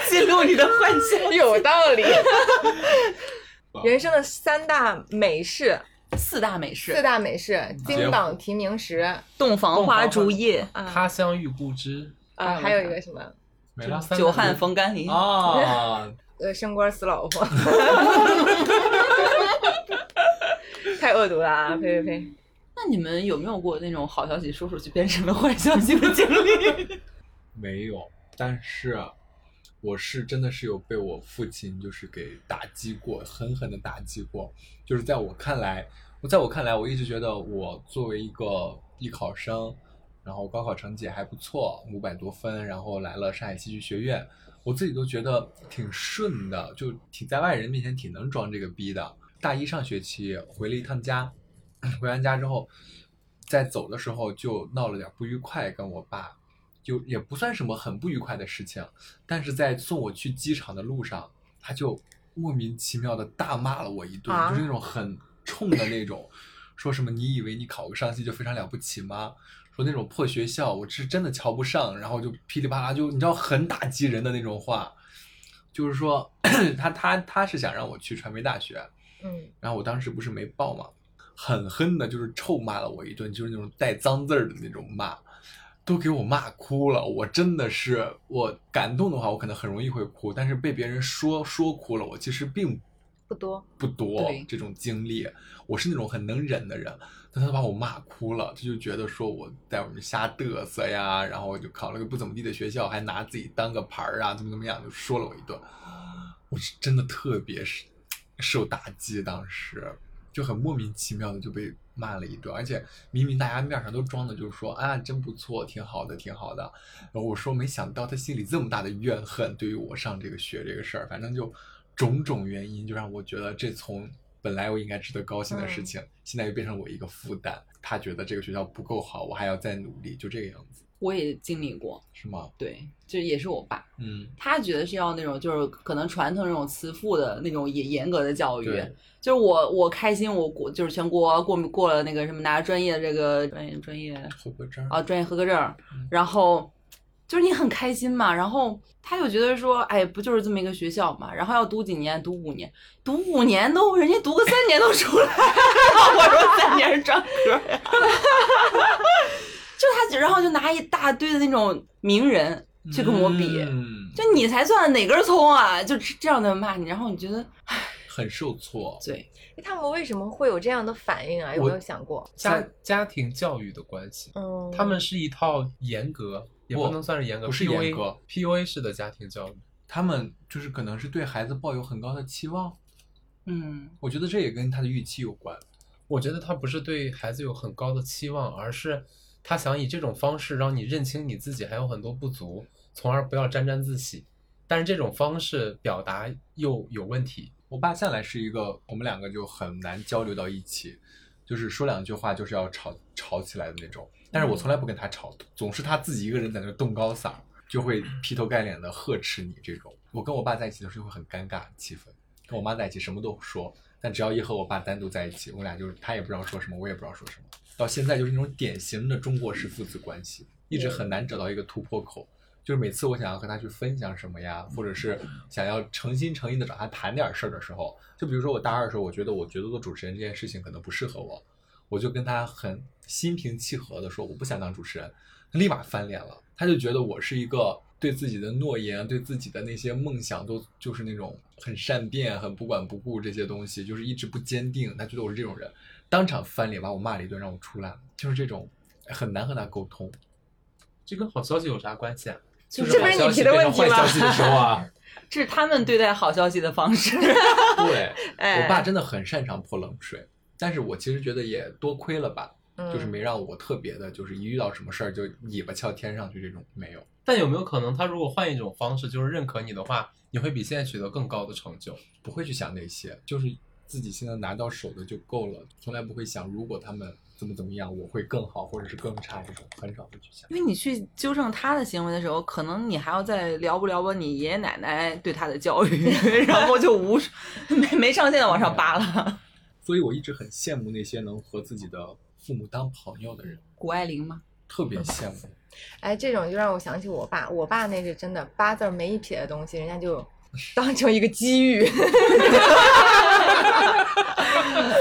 Speaker 2: 记录你的幻 想，
Speaker 4: 有道 理。人生的三大美事，
Speaker 2: 四大美
Speaker 4: 四
Speaker 2: 事：
Speaker 4: 大美事，金榜题名时
Speaker 2: 洞房花烛夜、
Speaker 4: 啊
Speaker 5: 他乡遇故知，
Speaker 4: 啊，还有一个什么？
Speaker 5: 没了三
Speaker 2: 久旱逢甘霖。
Speaker 5: 啊，
Speaker 4: 呃，升官死老 婆，太恶毒了啊！呸呸呸！
Speaker 2: 那你们有没有过那种好消息说出去变成了坏消息的经历？
Speaker 1: 没有，但是啊我是真的是有被我父亲就是给打击过，狠狠的打击过。就是在我看来，我在我看来，我一直觉得我作为一个艺考生，然后高考成绩也还不错，五百多分，然后来了上海戏剧学院，我自己都觉得挺顺的，就挺在外人面前挺能装这个逼的。大一上学期回了一趟家，回完家之后，在走的时候就闹了点不愉快，跟我爸，就也不算什么很不愉快的事情，但是在送我去机场的路上，他就莫名其妙的大骂了我一顿，
Speaker 4: 啊
Speaker 1: 就是那种很冲的那种，说什么你以为你考个上戏就非常了不起吗？说那种破学校，我是真的瞧不上，然后就噼里啪啦就你知道很打击人的那种话，就是说 他他他是想让我去传媒大学，
Speaker 4: 嗯，
Speaker 1: 然后我当时不是没报嘛，狠狠的就是臭骂了我一顿，就是那种带脏字儿的那种骂，都给我骂哭了。我真的是，我感动的话，我可能很容易会哭，但是被别人说说哭了，我其实并
Speaker 4: 不多。
Speaker 1: 不多
Speaker 2: 对
Speaker 1: 这种经历。我是那种很能忍的人，但他把我骂哭了，他就觉得说我在外面瞎嘚瑟呀，然后就考了个不怎么地的学校，还拿自己当个牌儿啊，怎么怎么样，就说了我一顿。我是真的特别是受打击，当时就很莫名其妙的就被骂了一顿，而且明明大家面上都装的就是说啊真不错，挺好的，挺好的。然
Speaker 2: 嗯
Speaker 1: 后我说没想到他心里这么大的怨恨，对于我上这个学这个事儿，反正就种种原因，就让我觉得这从本来我应该值得高兴的事情，现在又变成我一个负担。他觉得这个学校不够好，我还要再努力，就这个样子，
Speaker 2: 我也经历过，
Speaker 1: 是吗？
Speaker 2: 对，这也是我爸，
Speaker 1: 嗯，
Speaker 2: 他觉得是要那种就是可能传统那种慈父的那种严严格的教育，
Speaker 1: 对，
Speaker 2: 就是我我开心我过就是全国过过了那个什么拿专业的这个专业专业
Speaker 1: 合格证儿
Speaker 2: 啊，专业合格证儿
Speaker 1: 嗯，
Speaker 2: 然后就是你很开心嘛，然后他又觉得说，哎，不就是这么一个学校嘛，然后要读几年，读五年，读五年都人家读个三年都出来， 我说三年是专科呀， 就他然后就拿一大堆的那种名人去跟我比，
Speaker 1: 嗯，
Speaker 2: 就你才算哪根葱啊，就这这样的骂你，然后你觉得
Speaker 1: 很受挫。
Speaker 2: 对，
Speaker 4: 他们为什么会有这样的反应啊？有没有想过？
Speaker 5: 家家庭教育的关系，
Speaker 4: 嗯，
Speaker 5: 他们是一套严格，也
Speaker 1: 不
Speaker 5: 不能算是严格，
Speaker 1: 不是
Speaker 5: PUA
Speaker 1: 严格
Speaker 5: ，PUA 式的家庭教育。
Speaker 1: 他们就是可能是对孩子抱有很高的期望，
Speaker 2: 嗯，
Speaker 1: 我觉得这也跟他的预期有关。
Speaker 5: 我觉得他不是对孩子有很高的期望，而是他想以这种方式让你认清你自己还有很多不足，从而不要沾沾自喜。但是这种方式表达又有问题，
Speaker 1: 我爸向来是一个，我们两个就很难交流到一起，就是说两句话就是要吵吵起来的那种。但是我从来不跟他吵，总是他自己一个人在那动高嗓儿，就会劈头盖脸的呵斥你这种。我跟我爸在一起的时候会很尴尬气氛，跟我妈在一起什么都说，但只要一和我爸单独在一起，我俩就是他也不知道说什么，我也不知道说什么。到现在就是那种典型的中国式父子关系，一直很难找到一个突破口。就是每次我想要和他去分享什么呀，或者是想要诚心诚意的找他谈点事儿的时候，就比如说我大二的时候，我觉得我觉得做主持人这件事情可能不适合我，我就跟他很心平气和的说我不想当主持人，他立马翻脸了，他就觉得我是一个对自己的诺言、对自己的那些梦想都就是那种很善变、很不管不顾这些东西，就是一直不坚定，他觉得我是这种人，当场翻脸把我骂了一顿，让我出来了，就是这种很难和他沟通。
Speaker 5: 这跟好消息有啥关系啊？就
Speaker 4: 这
Speaker 5: 好
Speaker 4: 不是你
Speaker 5: 消息
Speaker 4: 提的
Speaker 5: 变
Speaker 4: 问
Speaker 5: 成坏
Speaker 4: 题吗
Speaker 5: 消息的时候 啊，
Speaker 2: 这是他们对待好消息的方式。
Speaker 1: 对，
Speaker 4: 哎
Speaker 1: 我爸真的很擅长泼冷水，但是我其实觉得也多亏了吧，
Speaker 4: 嗯
Speaker 1: 就是没让我特别的，就是一遇到什么事儿就尾巴翘天上去这种没有。
Speaker 5: 但有没有可能，他如果换一种方式，就是认可你的话，你会比现在取得更高的成就？
Speaker 1: 不会去想那些，就是自己现在拿到手的就够了，从来不会想如果他们怎么怎么样，我会更好或者是更差这种，很少会去想。
Speaker 2: 因为你去纠正他的行为的时候，可能你还要再聊不聊吧你爷爷奶奶对他的教 育，然后就无 没没上限的往上拔
Speaker 4: 嗯
Speaker 2: 了。
Speaker 1: 所以我一直很羡慕那些能和自己的父母当朋友的人，
Speaker 2: 谷爱凌吗？
Speaker 1: 特别羡慕。
Speaker 4: 哎，这种就让我想起我爸，我爸那是真的八字儿没一撇的东西，人家就当成一个机遇。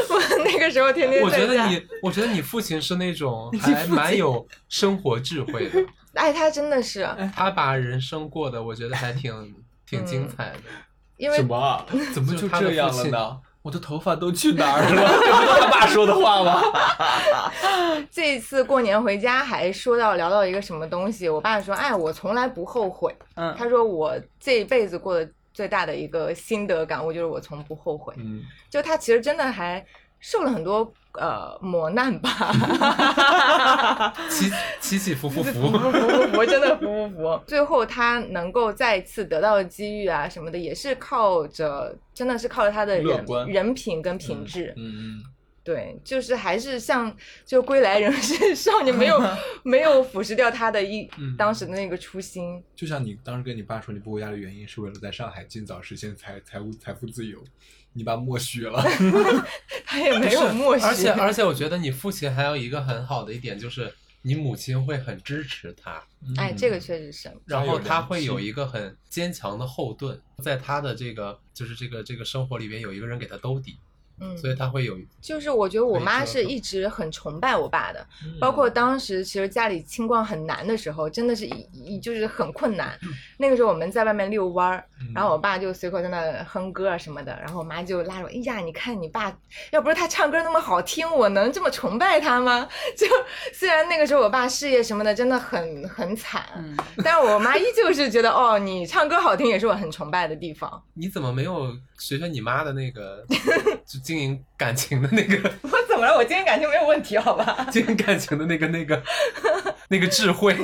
Speaker 4: 我那个时候天天
Speaker 5: 我
Speaker 4: 在
Speaker 5: 觉
Speaker 4: 家
Speaker 5: 得你，我觉得你父亲是那种还蛮有生活智慧的，
Speaker 4: 哎，他真的是
Speaker 5: 他把人生过的，我觉得还挺挺精彩的。
Speaker 4: 因为
Speaker 1: 么？ 怎么就
Speaker 5: 就他的
Speaker 1: 这样
Speaker 5: 父
Speaker 1: 了
Speaker 5: 亲
Speaker 1: 呢？我的头发都去哪儿了？ 这不是他爸说的话吗？
Speaker 4: 这一次过年回家还说到聊到一个什么东西，我爸说：“哎，我从来不后悔。”
Speaker 2: 嗯，
Speaker 4: 他说我这一辈子过的最大的一个心得感悟就是我从不后悔。
Speaker 1: 嗯，
Speaker 4: 就他其实真的还受了很多呃磨难吧，
Speaker 5: 起起起伏伏
Speaker 4: 服服
Speaker 5: 伏，
Speaker 4: 服服，真的服服服。最后他能够再次得到的机遇啊什么的，也是靠着真的是靠着他的
Speaker 1: 乐
Speaker 4: 人
Speaker 1: 观
Speaker 4: 人品跟品质。
Speaker 1: 嗯嗯，
Speaker 4: 对，就是还是像就归来仍是少年，没有没有腐蚀掉他的一
Speaker 5: 嗯
Speaker 4: 当时的那个初心。
Speaker 1: 就像你当时跟你爸说你不回家的原因是为了在上海尽早实现财财务财富自由，你爸默许了。
Speaker 4: 他也没有默许，
Speaker 5: 而且而且，我觉得你父亲还有一个很好的一点就是，你母亲会很支持他，
Speaker 4: 哎，这个确实是，
Speaker 5: 然后他会有
Speaker 1: 一。
Speaker 5: 一个很坚强的后盾，在他的这个就是这个这个生活里边有一个人给他兜底，
Speaker 4: 嗯，
Speaker 5: 所以他会有
Speaker 4: 就是我觉得我妈
Speaker 5: 可以
Speaker 4: 是
Speaker 5: 接受
Speaker 4: 一直很崇拜我爸的，
Speaker 1: 嗯
Speaker 4: 包括当时其实家里清光很难的时候，真的是一一就是很困难。那个时候我们在外面遛弯儿，
Speaker 1: 嗯
Speaker 4: 然后我爸就随口在那哼歌啊什么的，然后我妈就拉着我，哎呀，你看你爸，要不是他唱歌那么好听，我能这么崇拜他吗？就虽然那个时候我爸事业什么的真的很很惨，
Speaker 2: 嗯，
Speaker 4: 但我妈依旧是觉得哦，你唱歌好听也是我很崇拜的地方。
Speaker 5: 你怎么没有学学你妈的那 个，就经营感情的那个，
Speaker 4: 我怎么了？我今天感情没有问题，好吧？
Speaker 5: 经营感情的那个那个那个智慧？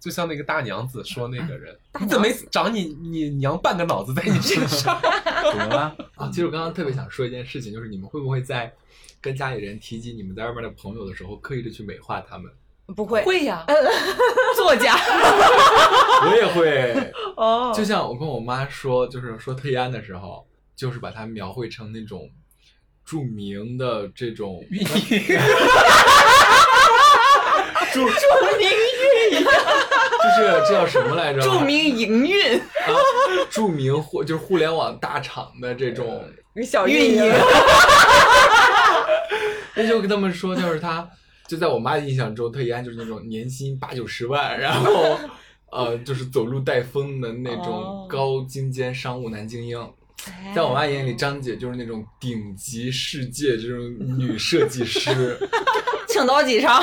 Speaker 5: 就像那个大娘子说那个人，你怎么没长你你娘半个脑子在你身 上？
Speaker 1: 怎么了？啊，其实我刚刚特别想说一件事情，就是你们会不会在跟家里人提及你们在外面的朋友的时候，刻意的去美化 他们？
Speaker 4: 不会，
Speaker 2: 会 呀，作家。
Speaker 1: 我也会，
Speaker 4: 哦
Speaker 1: 就像我跟我妈说，就是说推安的时候，就是把它描绘成那种著名的这 种
Speaker 5: 寓意
Speaker 1: 著著名 就是这叫什么来着？
Speaker 2: 著名营运
Speaker 1: 啊，著名互就是互联网大厂的这种。
Speaker 4: 小
Speaker 2: 运营，
Speaker 1: 那就跟他们说，就是他就在我妈的印象中，特一安就是那种年薪八九十万，然后呃，就是走路带风的那种
Speaker 2: 哦哎
Speaker 1: 高精尖商务男精英。在我妈眼里，张姐就是那种顶级世界这种女设计师，
Speaker 2: 请到几 场？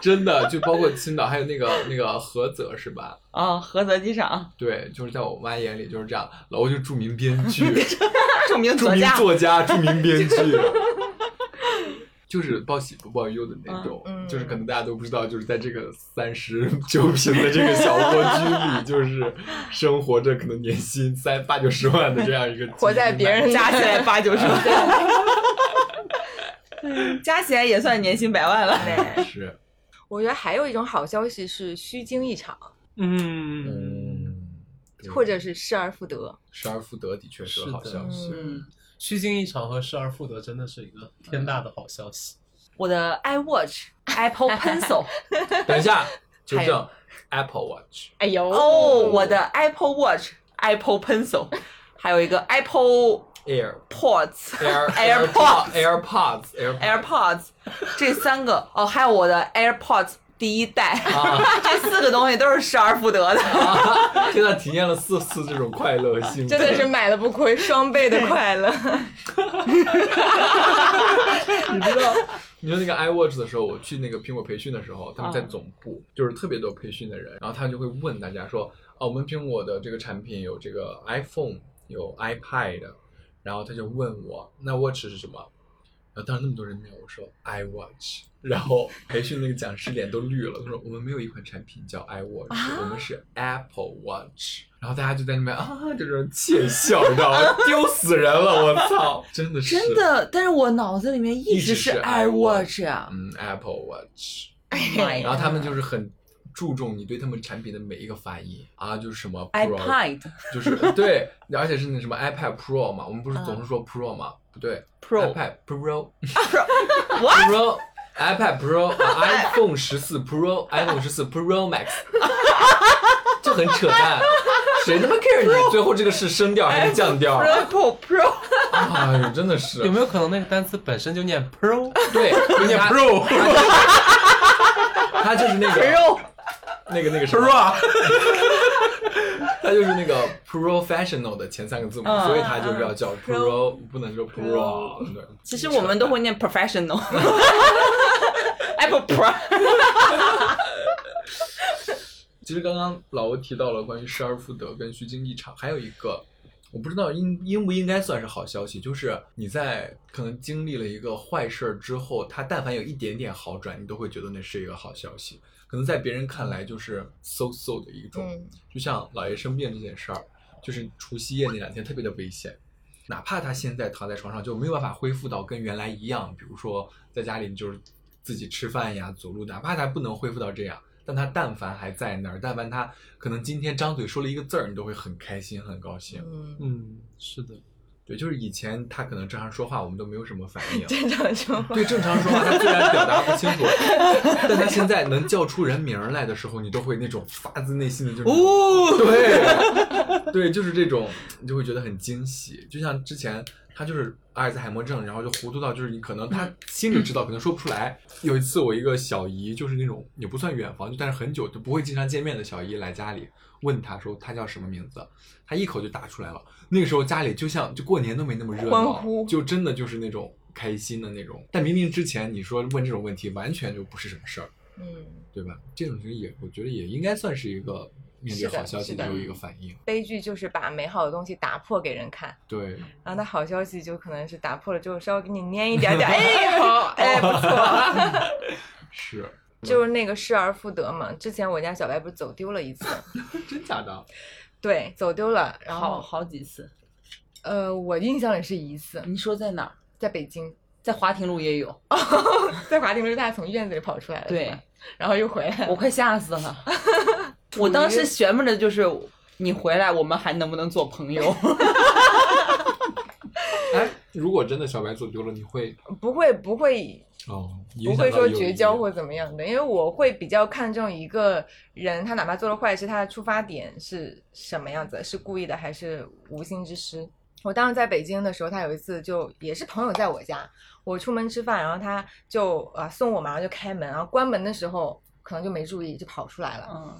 Speaker 1: 真的就包括青岛，还有那个那个菏泽是吧？
Speaker 4: 哦
Speaker 2: 啊，菏泽机场
Speaker 1: 对，就是在我妈眼里就是这样。老欧就是著名编剧，
Speaker 2: 著 名
Speaker 1: 著
Speaker 2: 作
Speaker 1: 名
Speaker 2: 家。
Speaker 1: 作家、著名编剧，就是报喜不报忧的那种，
Speaker 4: 嗯嗯
Speaker 1: 就是可能大家都不知道，就是在这个三十九平的这个小蜗居里，就是生活着可能年薪三八九十万的这样一个
Speaker 4: 活在别人
Speaker 2: 加
Speaker 4: 家
Speaker 2: 起来 八九十万，
Speaker 1: 嗯
Speaker 2: 加起来也算年薪百万了。
Speaker 1: 里哎是，
Speaker 4: 我觉得还有一种好消息是虚惊一场，
Speaker 5: 嗯，
Speaker 1: 嗯，对
Speaker 4: 或者是失而复得。
Speaker 1: 失而复得的确是个好
Speaker 5: 是的
Speaker 1: 消息。
Speaker 2: 嗯，
Speaker 5: 虚惊一场和失而复得真的是一个天大的好消息。
Speaker 2: 我的 iWatch、Apple Pencil，
Speaker 1: 等一下，纠
Speaker 4: 还
Speaker 1: 正
Speaker 4: 有
Speaker 1: Apple Watch，
Speaker 4: 哎呦，
Speaker 2: 哦，我的 Apple Watch、Apple Pencil，还有一个 Apple
Speaker 1: Air。
Speaker 2: Pods、
Speaker 1: Air
Speaker 2: AirPods
Speaker 1: AirPods AirPods
Speaker 2: AirPods 这三个哦，还有我的 AirPods 第一代，
Speaker 1: 啊
Speaker 2: 这四个东西都是失而复得的。
Speaker 1: 啊！现在体验了四次这种快乐幸福，
Speaker 4: 真的是买了不亏，双倍的快乐。
Speaker 1: 你知道，你说那个 iWatch 的时候，我去那个苹果培训的时候，他们在
Speaker 2: 嗯
Speaker 1: 总部、就是特别多培训的人，然后他就会问大家说，哦，我们苹果的这个产品有这个 iPhone，有 iPad，然后他就问我，那 Watch 是什么？然后当时那么多人面，我说 I watch，然 后培训那个讲师脸都绿了，他说我们没有一款产品叫 I watch，、我
Speaker 2: 啊
Speaker 1: 们是 Apple Watch。然后大家就在那边啊，就是窃笑，你知 道吗？丢死人了，我操！真的是
Speaker 2: 真，的，但是我脑子里面一
Speaker 1: 一直
Speaker 2: 是
Speaker 1: 是
Speaker 2: iWatch 啊，
Speaker 1: 嗯，Apple Watch。
Speaker 2: 哎呀
Speaker 1: 然后他们就是很注重你对他们产品的每一个发音啊，就是什么 Pro
Speaker 2: iPad
Speaker 1: 就是呃对， 而且是那什么 iPad Pro 嘛，我们不是总是说 Pro 嘛，不对
Speaker 2: 嗯 Pro
Speaker 1: iPad Pro Pro iPad Pro 啊 iPhone 十四 Pro iPhone 十四 Pro Max，就很扯淡，谁他妈 care 你最后这个是升调还是降调？
Speaker 2: Apple Pro
Speaker 1: 哎呦，真的是
Speaker 5: 有没有可能那个单词本身就念 pro？
Speaker 1: 对，有
Speaker 5: 念 pro
Speaker 1: 他就是那个 Pro 那个那个什么
Speaker 5: pro，
Speaker 1: 它就是那个 professional 的前三个字母，
Speaker 2: 嗯
Speaker 1: 所以它就是要叫 pro，
Speaker 2: pro
Speaker 1: 不能说 pro。对，啊
Speaker 2: 其实我们都会念 professional。Apple Pro，
Speaker 1: 其实刚刚老欧提到了关于失而复得跟虚惊一场，还有一个我不知道应应不应该算是好消息，就是你在可能经历了一个坏事儿之后，它但凡有一点点好转，你都会觉得那是一个好消息。可能在别人看来就是 so so 的一种，
Speaker 4: 嗯
Speaker 1: 就像姥爷生病这件事儿，就是除夕夜那两天特别的危险。哪怕他现在躺在床上，就没有办法恢复到跟原来一样，比如说在家里就是自己吃饭呀、走路，哪怕他不能恢复到这样，但他但凡还在那儿，但凡他可能今天张嘴说了一个字儿，你都会很开心、很高兴。
Speaker 4: 嗯，
Speaker 5: 嗯，是的，
Speaker 1: 对，就是以前他可能正常说话，我们都没有什么反应。
Speaker 4: 正常说话
Speaker 1: 对，正常说话，他虽然表达不清楚， 但他现在能叫出人名儿来的时候，你都会那种发自内心的就是
Speaker 2: 哦，
Speaker 1: 对，对，就是这种，你就会觉得很惊喜。就像之前他就是阿尔兹海默症，然后就糊涂到就是你可能
Speaker 4: 嗯
Speaker 1: 他心里知道，可能说不出来。有一次我一个小姨，就是那种也不算远房，就但是很久就不会经常见面的小姨来家里，问他说他叫什么名字，他一口就答出来了。那个时候家里就像就过年都没那么热
Speaker 4: 欢
Speaker 1: 闹
Speaker 4: 呼，
Speaker 1: 就真的就是那种开心的那种。但明明之前你说问这种问题，完全就不是什么事儿。
Speaker 4: 嗯，
Speaker 1: 对吧？这种其实也，我觉得也应该算是一个面对
Speaker 4: 是的
Speaker 1: 好消息
Speaker 4: 是的
Speaker 1: 的有一个反应。
Speaker 4: 悲剧就是把美好的东西打破给人看，
Speaker 1: 对，
Speaker 4: 然后那好消息就可能是打破了之后稍微给你粘一点点， 哎，好，哎，不错。
Speaker 1: 是
Speaker 4: 就是那个失而复得嘛。之前我家小白不是走丢了一次，
Speaker 1: 真假的？
Speaker 4: 对，走丢了，然
Speaker 2: 好
Speaker 4: 后
Speaker 2: 好几次。
Speaker 4: 呃，我印象里是一次，
Speaker 2: 你说在哪儿？
Speaker 4: 在北京，
Speaker 2: 在华亭路也有。
Speaker 4: 在华亭路，大家从院子里跑出来了，是
Speaker 2: 对
Speaker 4: 吧，然后又回来了。
Speaker 2: 哎我快吓死了。 我当时悬摸着就是，你回来我们还能不能做朋友？
Speaker 1: 哎，如果真的小白走丢了，你会
Speaker 4: 不会不会
Speaker 1: 哦，
Speaker 4: 不会说绝交或怎么样的，因为我会比较看重一个人，他哪怕做了坏事，他的出发点是什么样子，是故意的还是无心之失。我当时在北京的时候，他有一次就也是朋友在我家，我出门吃饭，然后他就啊送我嘛，然后就开门，然后关门的时候可能就没注意，就跑出来了。
Speaker 2: 嗯，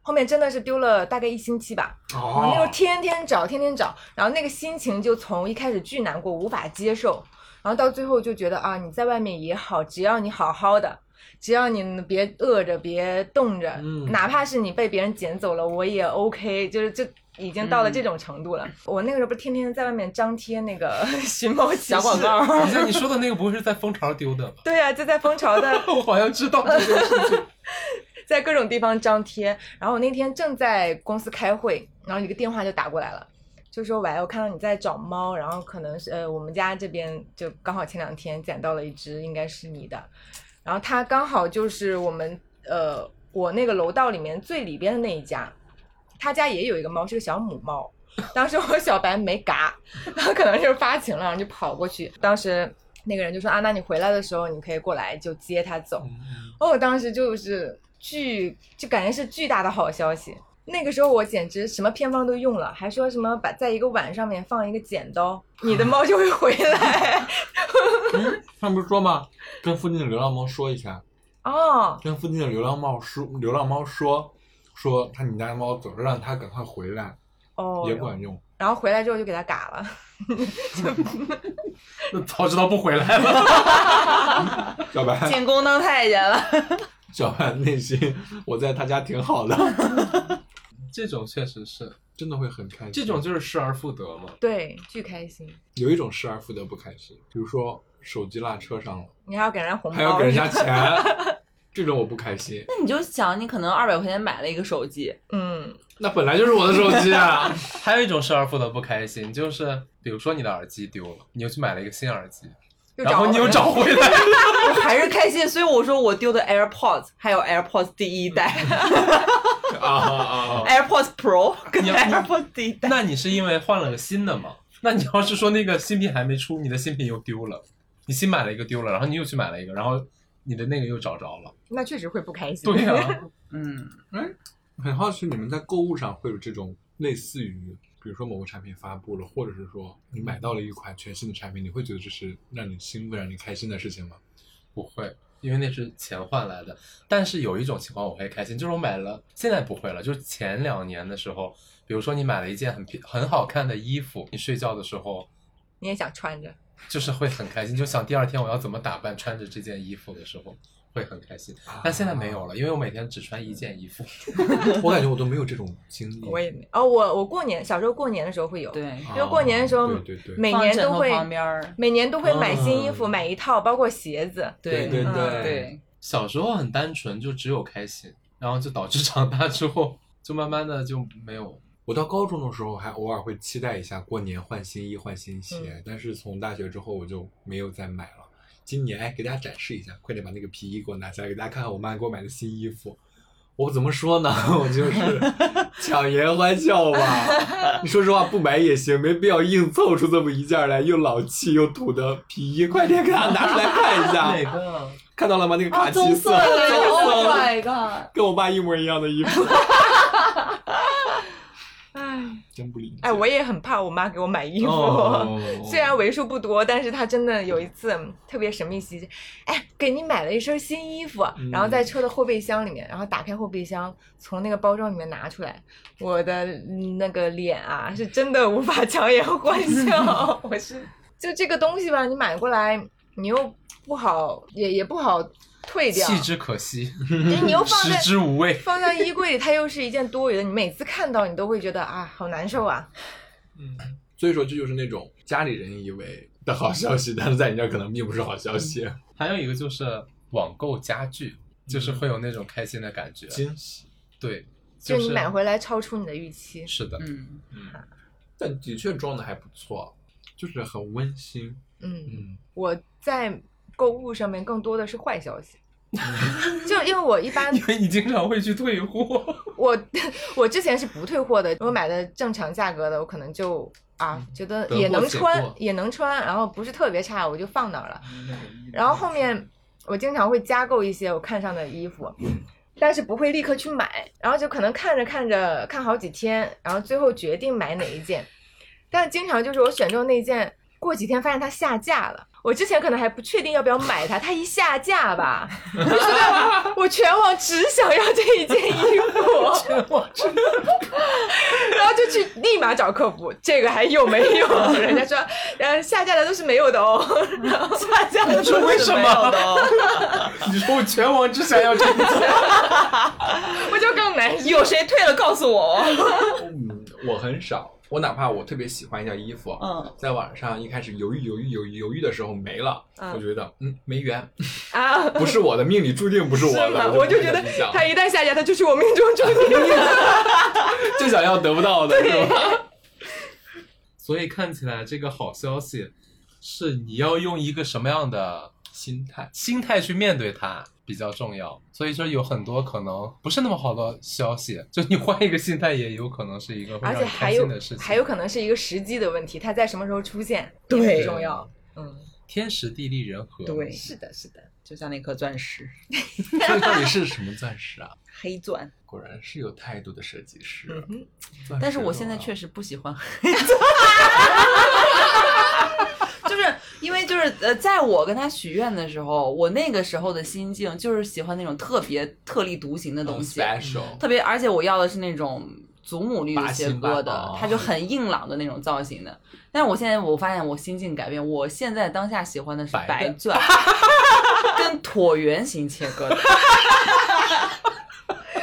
Speaker 4: 后面真的是丢了大概一星期吧，我那时候
Speaker 1: 哦，
Speaker 4: 天天找，天天找，然后那个心情就从一开始巨难过，无法接受，然后到最后就觉得啊，你在外面也好，只要你好好的，只要你别饿着，别冻着，
Speaker 5: 嗯
Speaker 4: 哪怕是你被别人捡走了，我也 OK，就是就。已经到了这种程度了。
Speaker 2: 嗯
Speaker 4: 我那个时候不是天天在外面张贴那个 寻猫启
Speaker 2: 小广
Speaker 4: 事，
Speaker 2: 告。
Speaker 5: 等一下你说的那个不会是在蜂巢丢的吧？
Speaker 4: 对啊，就在蜂巢的
Speaker 5: 我好像知道这件事情。
Speaker 4: 在各种地方张贴。然后我那天正在公司开会，然后一个电话就打过来了，就说：“喂，我看到你在找猫，然后可能是呃我们家这边就刚好前两天捡到了一只，应该是你的。然后它刚好就是我们呃我那个楼道里面最里边的那一家，他家也有一个猫，是个小母猫。”当时我小白没嘎，然后可能就是发情了，然后就跑过去。当时那个人就说：“啊，那你回来的时候，你可以过来就接它走。”哦，我当时就是巨，就感觉是巨大的好消息。那个时候我简直什么偏方都用了，还说什么把在一个碗上面放一个剪刀，你的猫就会回来。
Speaker 1: 他们不是说吗？跟附近的流浪猫说一下，
Speaker 4: 哦，
Speaker 1: 跟附近的流浪猫说，流浪猫说，说他你家的猫走了，让它赶快回来，
Speaker 4: 哦
Speaker 1: 也，管用。
Speaker 4: 然后回来之后就给它嘎了。
Speaker 5: 那早知道不回来了。
Speaker 1: 小白，
Speaker 2: 进宫当太监了，
Speaker 1: 小白内心，我在他家挺好的。
Speaker 5: 这种确实是，
Speaker 1: 真的会很开心。
Speaker 5: 这种就是失而复得嘛。
Speaker 4: 对，巨开心。
Speaker 1: 有一种失而复得不开心，比如说手机落车上了，
Speaker 4: 你还要给人家红包，
Speaker 1: 还要给人 家钱，这种我不开心。
Speaker 2: 那你就想，你可能二百块钱买了一个手机，
Speaker 4: 嗯，
Speaker 1: 那本来就是我的手机 啊，
Speaker 5: 还有一种失而复得不开心，就是比如说你的耳机丢了，你又去买了一个新耳机，
Speaker 4: 又
Speaker 5: 然后你又
Speaker 4: 人
Speaker 5: 找回来了，
Speaker 2: 我还是开心。所以我说我丢的 AirPods，还有 AirPods 第一代、
Speaker 1: 啊
Speaker 2: 嗯
Speaker 1: 啊啊！
Speaker 2: AirPods Pro 跟
Speaker 5: 你
Speaker 2: AirPods 第一代，
Speaker 5: 那你是因为换了个新的嘛？那你要是说那个新品还没出，你的新品又丢了，你新买了一个丢了，然后你又去买了一个，然后你的那个又找着了。
Speaker 4: 那确实会不开心。
Speaker 5: 对啊 呀、
Speaker 2: 嗯，
Speaker 1: 很好奇你们在购物上会有这种类似于，比如说某个产品发布了，或者是说你买到了一款全新的产品，你会觉得这是让你兴奋、让你开心的事情吗？
Speaker 5: 不会，因为那是钱换来的。但是有一种情况我会开心，就是我买了，现在不会了，就是前两年的时候，比如说你买了一件很漂很好看的衣服，你睡觉的时候
Speaker 4: 你也想穿着，
Speaker 5: 就是会很开心，就想第二天我要怎么打扮，穿着这件衣服的时候会很开心。但现在没有了，因为我每天只穿一件衣服。
Speaker 1: 啊 我感觉我都没有这种经历。
Speaker 4: 我也没。哦，我我过年小时候过年的时候会有，
Speaker 2: 对，
Speaker 4: 因为过年的时候
Speaker 1: 啊对对对，
Speaker 4: 每年
Speaker 2: 放枕
Speaker 4: 都
Speaker 2: 头
Speaker 4: 会
Speaker 2: 旁边儿，
Speaker 4: 每年都会买新衣服，
Speaker 1: 嗯
Speaker 4: 买一套，包括鞋子。
Speaker 1: 对
Speaker 2: 对
Speaker 1: 对
Speaker 4: 嗯
Speaker 1: 对
Speaker 2: 对，
Speaker 5: 小时候很单纯，就只有开心，然后就导致长大之后就慢慢的就没有。
Speaker 1: 我到高中的时候还偶尔会期待一下过年换新衣、换新鞋，但是从大学之后我就没有再买了。今年哎，给大家展示一下，快点把那个皮衣给我拿下来，给大家看看我妈给我买的新衣服。我怎么说呢？ 我就是强颜欢笑吧。你说实话，不买也行，没必要硬凑出这么一件来，又老气又土的皮衣。快点给大家拿出来看一下，
Speaker 5: 个？
Speaker 1: 看到了吗？那个卡其
Speaker 2: 棕
Speaker 1: 色，
Speaker 2: 的
Speaker 1: 棕
Speaker 2: ，Oh
Speaker 1: 色
Speaker 2: my god！
Speaker 1: 跟我爸一模一样的衣服，
Speaker 4: 唉，
Speaker 1: 真不理解。
Speaker 4: 哎，我也很怕我妈给我买衣服。
Speaker 1: 哦
Speaker 4: 虽然为数不多，但是她真的有一次嗯特别神秘兮兮，哎，给你买了一身新衣服，
Speaker 1: 嗯
Speaker 4: 然后在车的后备箱里面，然后打开后备箱，从那个包装里面拿出来，我的嗯那个脸啊，是真的无法强颜欢 笑。我是就这个东西吧，你买过来，你又不好，也也不好退掉，
Speaker 5: 弃之可惜，
Speaker 4: 对你又放
Speaker 5: 食
Speaker 4: 在
Speaker 5: 之无味。
Speaker 4: 放在衣柜里，它又是一件多余的，你每次看到你都会觉得啊，好难受啊。
Speaker 1: 所以说这就是那种家里人以为的好消息，但是在你这儿可能并不是好消息。
Speaker 5: 还有一个就是网购家具，就是会有那种开心的感觉。
Speaker 1: 惊喜，
Speaker 5: 对，
Speaker 4: 嗯就是你买回来超出你的预期，
Speaker 5: 是的，
Speaker 2: 嗯，
Speaker 1: 但的确装的还不错，就是很温馨。
Speaker 4: 嗯，
Speaker 1: 嗯，
Speaker 4: 我在购物上面更多的是坏消息， 就因为我一般
Speaker 5: 因为你经常会去退货。
Speaker 4: 我我之前是不退货的，我买的正常价格的，我可能就啊觉得
Speaker 5: 嗯得
Speaker 4: 也
Speaker 5: 过
Speaker 4: 能
Speaker 5: 且
Speaker 4: 穿
Speaker 5: 过，
Speaker 4: 也能穿，然后不是特别差，我就放那儿了。然后后面我经常会加购一些我看上的衣服， 但是不会立刻去买，然后就可能看着看着看好几天，然后最后决定买哪一件。但经常就是我选中那件，过几天发现它下架了。我之前可能还不确定要不要买它，它一下架吧，我就觉得我全网只想要这一件衣服，全网然后就去立马找客服，这个还有没有？人家说，呃，下架的都是没有的哦。然后下架的
Speaker 5: 说为什么？你说我全网只想要这个，
Speaker 4: 不就更难受？
Speaker 2: 有谁退了告诉我哦。
Speaker 1: 嗯，我很少，我哪怕我特别喜欢一件衣服，
Speaker 2: 嗯，
Speaker 1: 在网上一开始犹豫犹豫犹豫犹豫的时候没了，
Speaker 4: 嗯
Speaker 1: 我觉得嗯没缘，
Speaker 4: 啊？
Speaker 1: 不是我的命里注定不是我
Speaker 4: 是吗？
Speaker 1: 的，
Speaker 4: 我
Speaker 1: 就
Speaker 4: 就
Speaker 1: 不会
Speaker 4: 觉得
Speaker 1: 再去想
Speaker 4: 他一旦下架，他就是我命中注定。
Speaker 1: 就想要得不到的，是吧？
Speaker 5: 所以看起来这个好消息是你要用一个什么样的
Speaker 1: 心态。
Speaker 5: 心态去面对它比较重要。所以说有很多可能不是那么好的消息，就你换一个心态，也有可能是一个会
Speaker 4: 而
Speaker 5: 让
Speaker 4: 且
Speaker 5: 你
Speaker 4: 还
Speaker 5: 开
Speaker 4: 有
Speaker 5: 心的事情。
Speaker 4: 还有可能是一个时机的问题，他在什么时候出现也
Speaker 2: 对
Speaker 4: 很重要。嗯，
Speaker 5: 天时地利人和，
Speaker 2: 对，
Speaker 4: 是的，是的，
Speaker 2: 就像那颗钻石，
Speaker 1: 所以到底是什么钻石啊？
Speaker 2: 黑钻。
Speaker 1: 果然是有态度的设计师。
Speaker 4: 嗯哼，
Speaker 1: 钻石
Speaker 2: 但是我现在
Speaker 1: 重要
Speaker 2: 确实不喜欢黑钻， 就是因为就是呃，在我跟他许愿的时候，我那个时候的心境就是喜欢那种特别特立独行的东
Speaker 1: 很
Speaker 2: 西，
Speaker 1: special，
Speaker 2: 特别而且我要的是那种祖母绿的切
Speaker 1: 八
Speaker 2: 割
Speaker 1: 心八
Speaker 2: 的
Speaker 1: 哦，
Speaker 2: 它就很硬朗的那种造型的。但是我现在我发现我心境改变，我现在当下喜欢的是
Speaker 1: 白的
Speaker 2: 白钻，跟椭圆形切割的。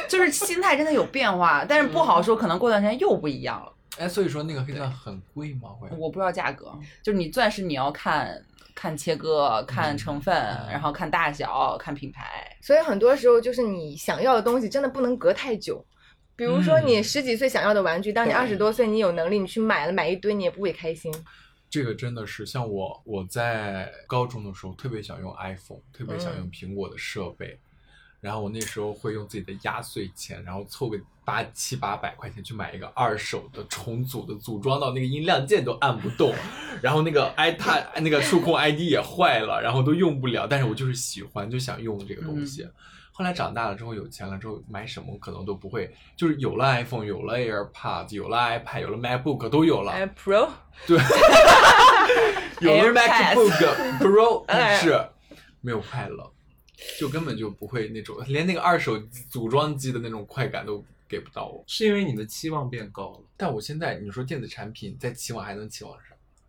Speaker 2: 就是心态真的有变化，但是不好说，可能过段时间又不一样了。
Speaker 1: 哎，所以说那个黑钻很贵吗？会
Speaker 2: 我不知道价格，就是你钻石你要看看切割、看成分，
Speaker 1: 嗯
Speaker 2: 然后看大小、看品牌。
Speaker 4: 所以很多时候就是你想要的东西真的不能隔太久。比如说你
Speaker 1: 嗯
Speaker 4: 十几岁想要的玩具，当你
Speaker 1: 对
Speaker 4: 二十多岁，你有能力，你去买了，买一堆你也不会开心。
Speaker 1: 这个真的是像我，我在高中的时候特别想用 iPhone，特别想用苹果的设备，然后我那时候会用自己的压岁钱，然后凑个八七八百块钱去买一个二手的重组的，组装到那个音量键都按不动，然后那个 iPad 那个触控 ID 也坏了，然后都用不了，但是我就是喜欢，就想用这个东西。后来长大了之后，有钱了之后，买什么可能都不会，就是有了 iPhone，有了 AirPods，有了 iPad，有了 MacBook 都有了，
Speaker 4: 哎，Pro，
Speaker 1: 对，
Speaker 2: 哎
Speaker 1: 有了
Speaker 2: AirPods
Speaker 1: MacBook Pro
Speaker 2: 哎
Speaker 1: 但是没有快乐，就根本就不会那种，连那个二手组装机的那种快感都给不到我。
Speaker 5: 是因为你的期望变高了。
Speaker 1: 但我现在你说电子产品在期望还能期望啥？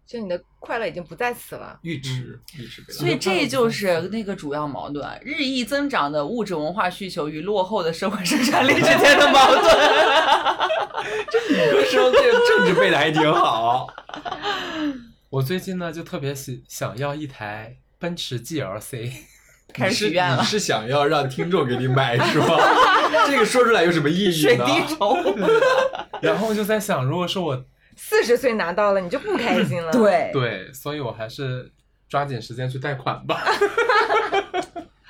Speaker 4: 就你的快乐已经不在此了。
Speaker 1: 阈值，阈值 被拉
Speaker 2: 所以这就是那个主要矛盾：日益增长的物质文化需求与落后的社会生产力之间的矛盾。
Speaker 1: 高， 说这个政治背的还挺好。
Speaker 5: 我最近呢就特别喜想要一台奔 驰 GLC，
Speaker 2: 开始
Speaker 1: 你是
Speaker 2: 许愿了
Speaker 1: 你是想要让听众给你买是吧？ 这个说出来有什么意义
Speaker 2: 水
Speaker 1: 呢？
Speaker 2: 滴筹。
Speaker 5: 然后就在想，如果是我
Speaker 4: 四十岁拿到了，你就不开心 了。，
Speaker 2: 对，
Speaker 5: 对，所以我还是抓紧时间去贷款吧。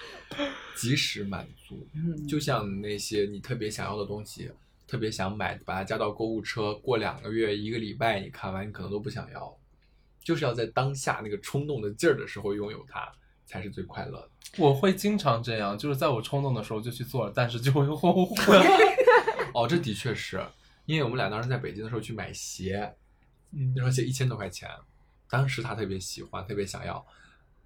Speaker 1: 及时满足，
Speaker 2: 嗯
Speaker 1: 就像那些你特别想要的东西，特别想买，把它加到购物车，过两个月、一个礼拜，你看完你可能都不想要，就是要在当下那个冲动的劲儿的时候拥有它，才是最快乐的。
Speaker 5: 我会经常这样，就是在我冲动的时候就去做了，但是就会后悔。
Speaker 1: 哦，这的确是因为我们俩当时在北京的时候去买鞋，
Speaker 5: 嗯
Speaker 1: 那双鞋一千多块钱，当时他特别喜欢，特别想要，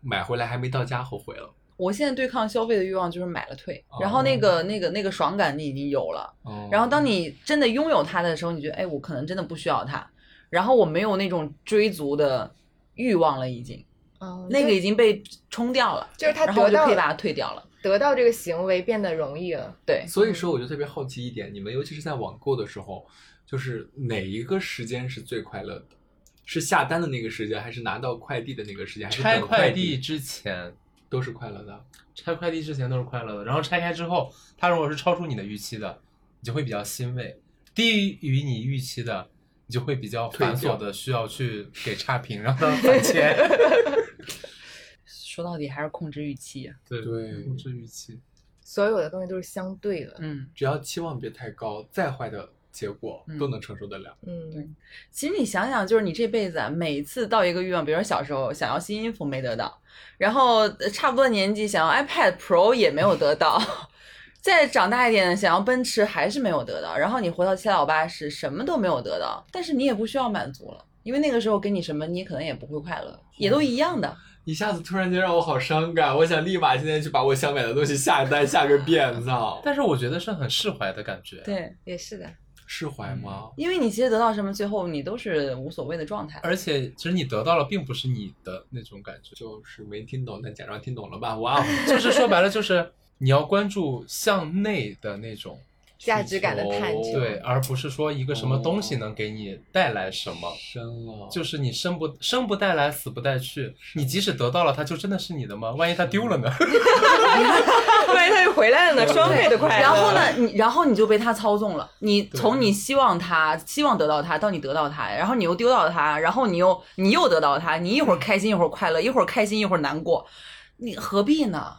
Speaker 1: 买回来还没到家后悔了。
Speaker 2: 我现在对抗消费的欲望就是买了退
Speaker 1: 哦，
Speaker 2: 然后那个那个那个爽感你已经有了。
Speaker 1: 哦
Speaker 2: 然后当你真的拥有它的时候，你觉得哎，我可能真的不需要它，然后我没有那种追逐的欲望了，已经
Speaker 4: 嗯，
Speaker 2: 那个已经被冲掉了，
Speaker 4: 就是他
Speaker 2: 然后我
Speaker 4: 得
Speaker 2: 就
Speaker 4: 到
Speaker 2: 可以把它退掉了。
Speaker 4: 得到这个行为变得容易了。
Speaker 2: 对，
Speaker 1: 所以说，我就特别好奇一点，你们尤其是在网购的时候，就是哪一个时间是最快乐的？是下单的那个时间，还是拿到快递的那个时间，还是
Speaker 5: 拆
Speaker 1: 等快
Speaker 5: 快递之前，
Speaker 1: 都是快乐的？
Speaker 5: 拆快递之前都是快乐的，然后拆开之后，它如果是超出你的预期的，你就会比较欣慰；低于你预期的，你就会比较繁
Speaker 1: 退掉
Speaker 5: 琐的需要去给差评，让他 返钱。
Speaker 2: 说到底还是控制预期。啊
Speaker 5: 对
Speaker 1: 对
Speaker 5: 控制预期。
Speaker 4: 所有的东西都是相对的。
Speaker 2: 嗯，
Speaker 1: 只要期望别太高，再坏的结果
Speaker 2: 嗯
Speaker 1: 都能承受得了。
Speaker 2: 对
Speaker 4: 嗯，
Speaker 2: 其实你想想，就是你这辈子啊，每次到一个欲望，比如说小时候想要新衣服没得到，然后呃差不多年纪想要 iPad Pro 也没有得到。 再长大一点，想要奔驰还是没有得到，然后你回到七老八十，什么都没有得到，但是你也不需要满足了，因为那个时候给你什么，你可能也不会快乐，也都一样的。
Speaker 1: 一下子突然间让我好伤感，我想立马现在去把我想买的东西下单下个遍，操！
Speaker 5: 但是我觉得是很释怀的感觉。，
Speaker 2: 对，
Speaker 4: 也是的。
Speaker 1: 释怀吗？
Speaker 2: 因为你其实得到什么，最后你都是无所谓的状态。
Speaker 5: 而且其实你得到了，并不是你的那种感觉，
Speaker 1: 就是没听懂，但假装听懂了吧？哇哦！
Speaker 5: 就是说白了，就是你要关注向内的那种，
Speaker 4: 价值感的探
Speaker 1: 求
Speaker 4: 究
Speaker 5: 对，而不是说一个什么东西能给你带来什么。
Speaker 1: 深了，
Speaker 5: 就是你生不生不带来，死不带去。你即使得到了，它就真的是你的吗？万一它丢了呢？
Speaker 4: 万一他又回来了呢？双倍的快乐。
Speaker 2: 然后呢，你然后你就被他操纵了。你从你希望他，希望得到他，到你得到他，然后你又丢到他，然后你又你又得到他，你一会儿开心一会儿快乐，一会儿开心一会儿难过，你何必呢？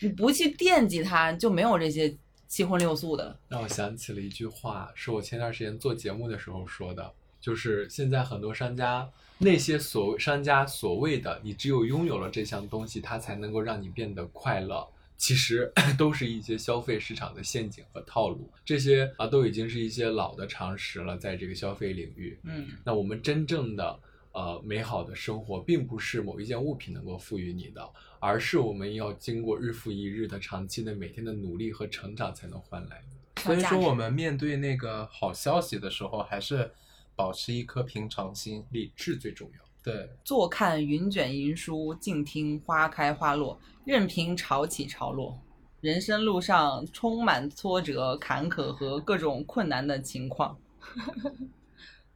Speaker 2: 你不去惦记他，就没有这些七荤六素的。
Speaker 1: 让我想起了一句话，是我前段时间做节目的时候说的，就是现在很多商家，那些所谓商家所谓的你只有拥有了这项东西，它才能够让你变得快乐。其实 都是一些消费市场的陷阱和套路，这些啊都已经是一些老的常识了，在这个消费领域。
Speaker 2: 嗯，
Speaker 1: 那我们真正的呃美好的生活，并不是某一件物品能够赋予你的，而是我们要经过日复一日的长期的每天的努力和成长才能换来。
Speaker 5: 所以说，我们面对那个好消息的时候，还是保持一颗平常心。
Speaker 1: 理智最重要。
Speaker 5: 对，
Speaker 2: 坐看云卷云舒，静听花开花落，任凭潮起潮落。人生路上充满挫折、坎坷和各种困难的 情况，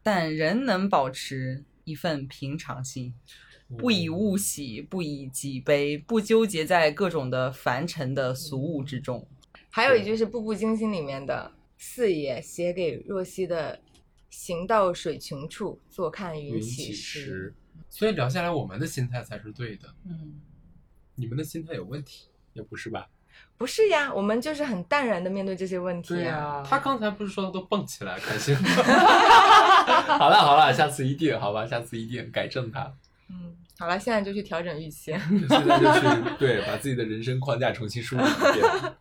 Speaker 2: 但仍能保持一份平常心，不
Speaker 5: 嗯
Speaker 2: 以物喜，不以己悲，不纠结在各种的凡尘的俗物之中。
Speaker 4: 还有一句是《步步惊心》里面的四爷写给若曦的“行到水穷处，坐看云
Speaker 5: 云
Speaker 4: 起
Speaker 5: 起
Speaker 4: 时
Speaker 5: 时。所以聊下来，我们的心态才是对的，
Speaker 2: 嗯，
Speaker 5: 你们的心态有问题，也不是吧？”。
Speaker 4: 不是呀，我们就是很淡然的面对这些问题呀、
Speaker 5: 他刚才不是说他都蹦起来开心吗？好了好了，下次一定好吧，下次一定改正他。
Speaker 4: 嗯，好了，现在就去调整预 期。
Speaker 1: 现在就去对，把自己的人生框架重新梳理一遍。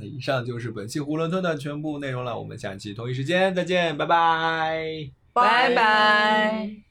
Speaker 1: 那以上就是本期囫囵吞的全部内容了，我们下期同一时间再见，拜拜。
Speaker 2: 拜拜。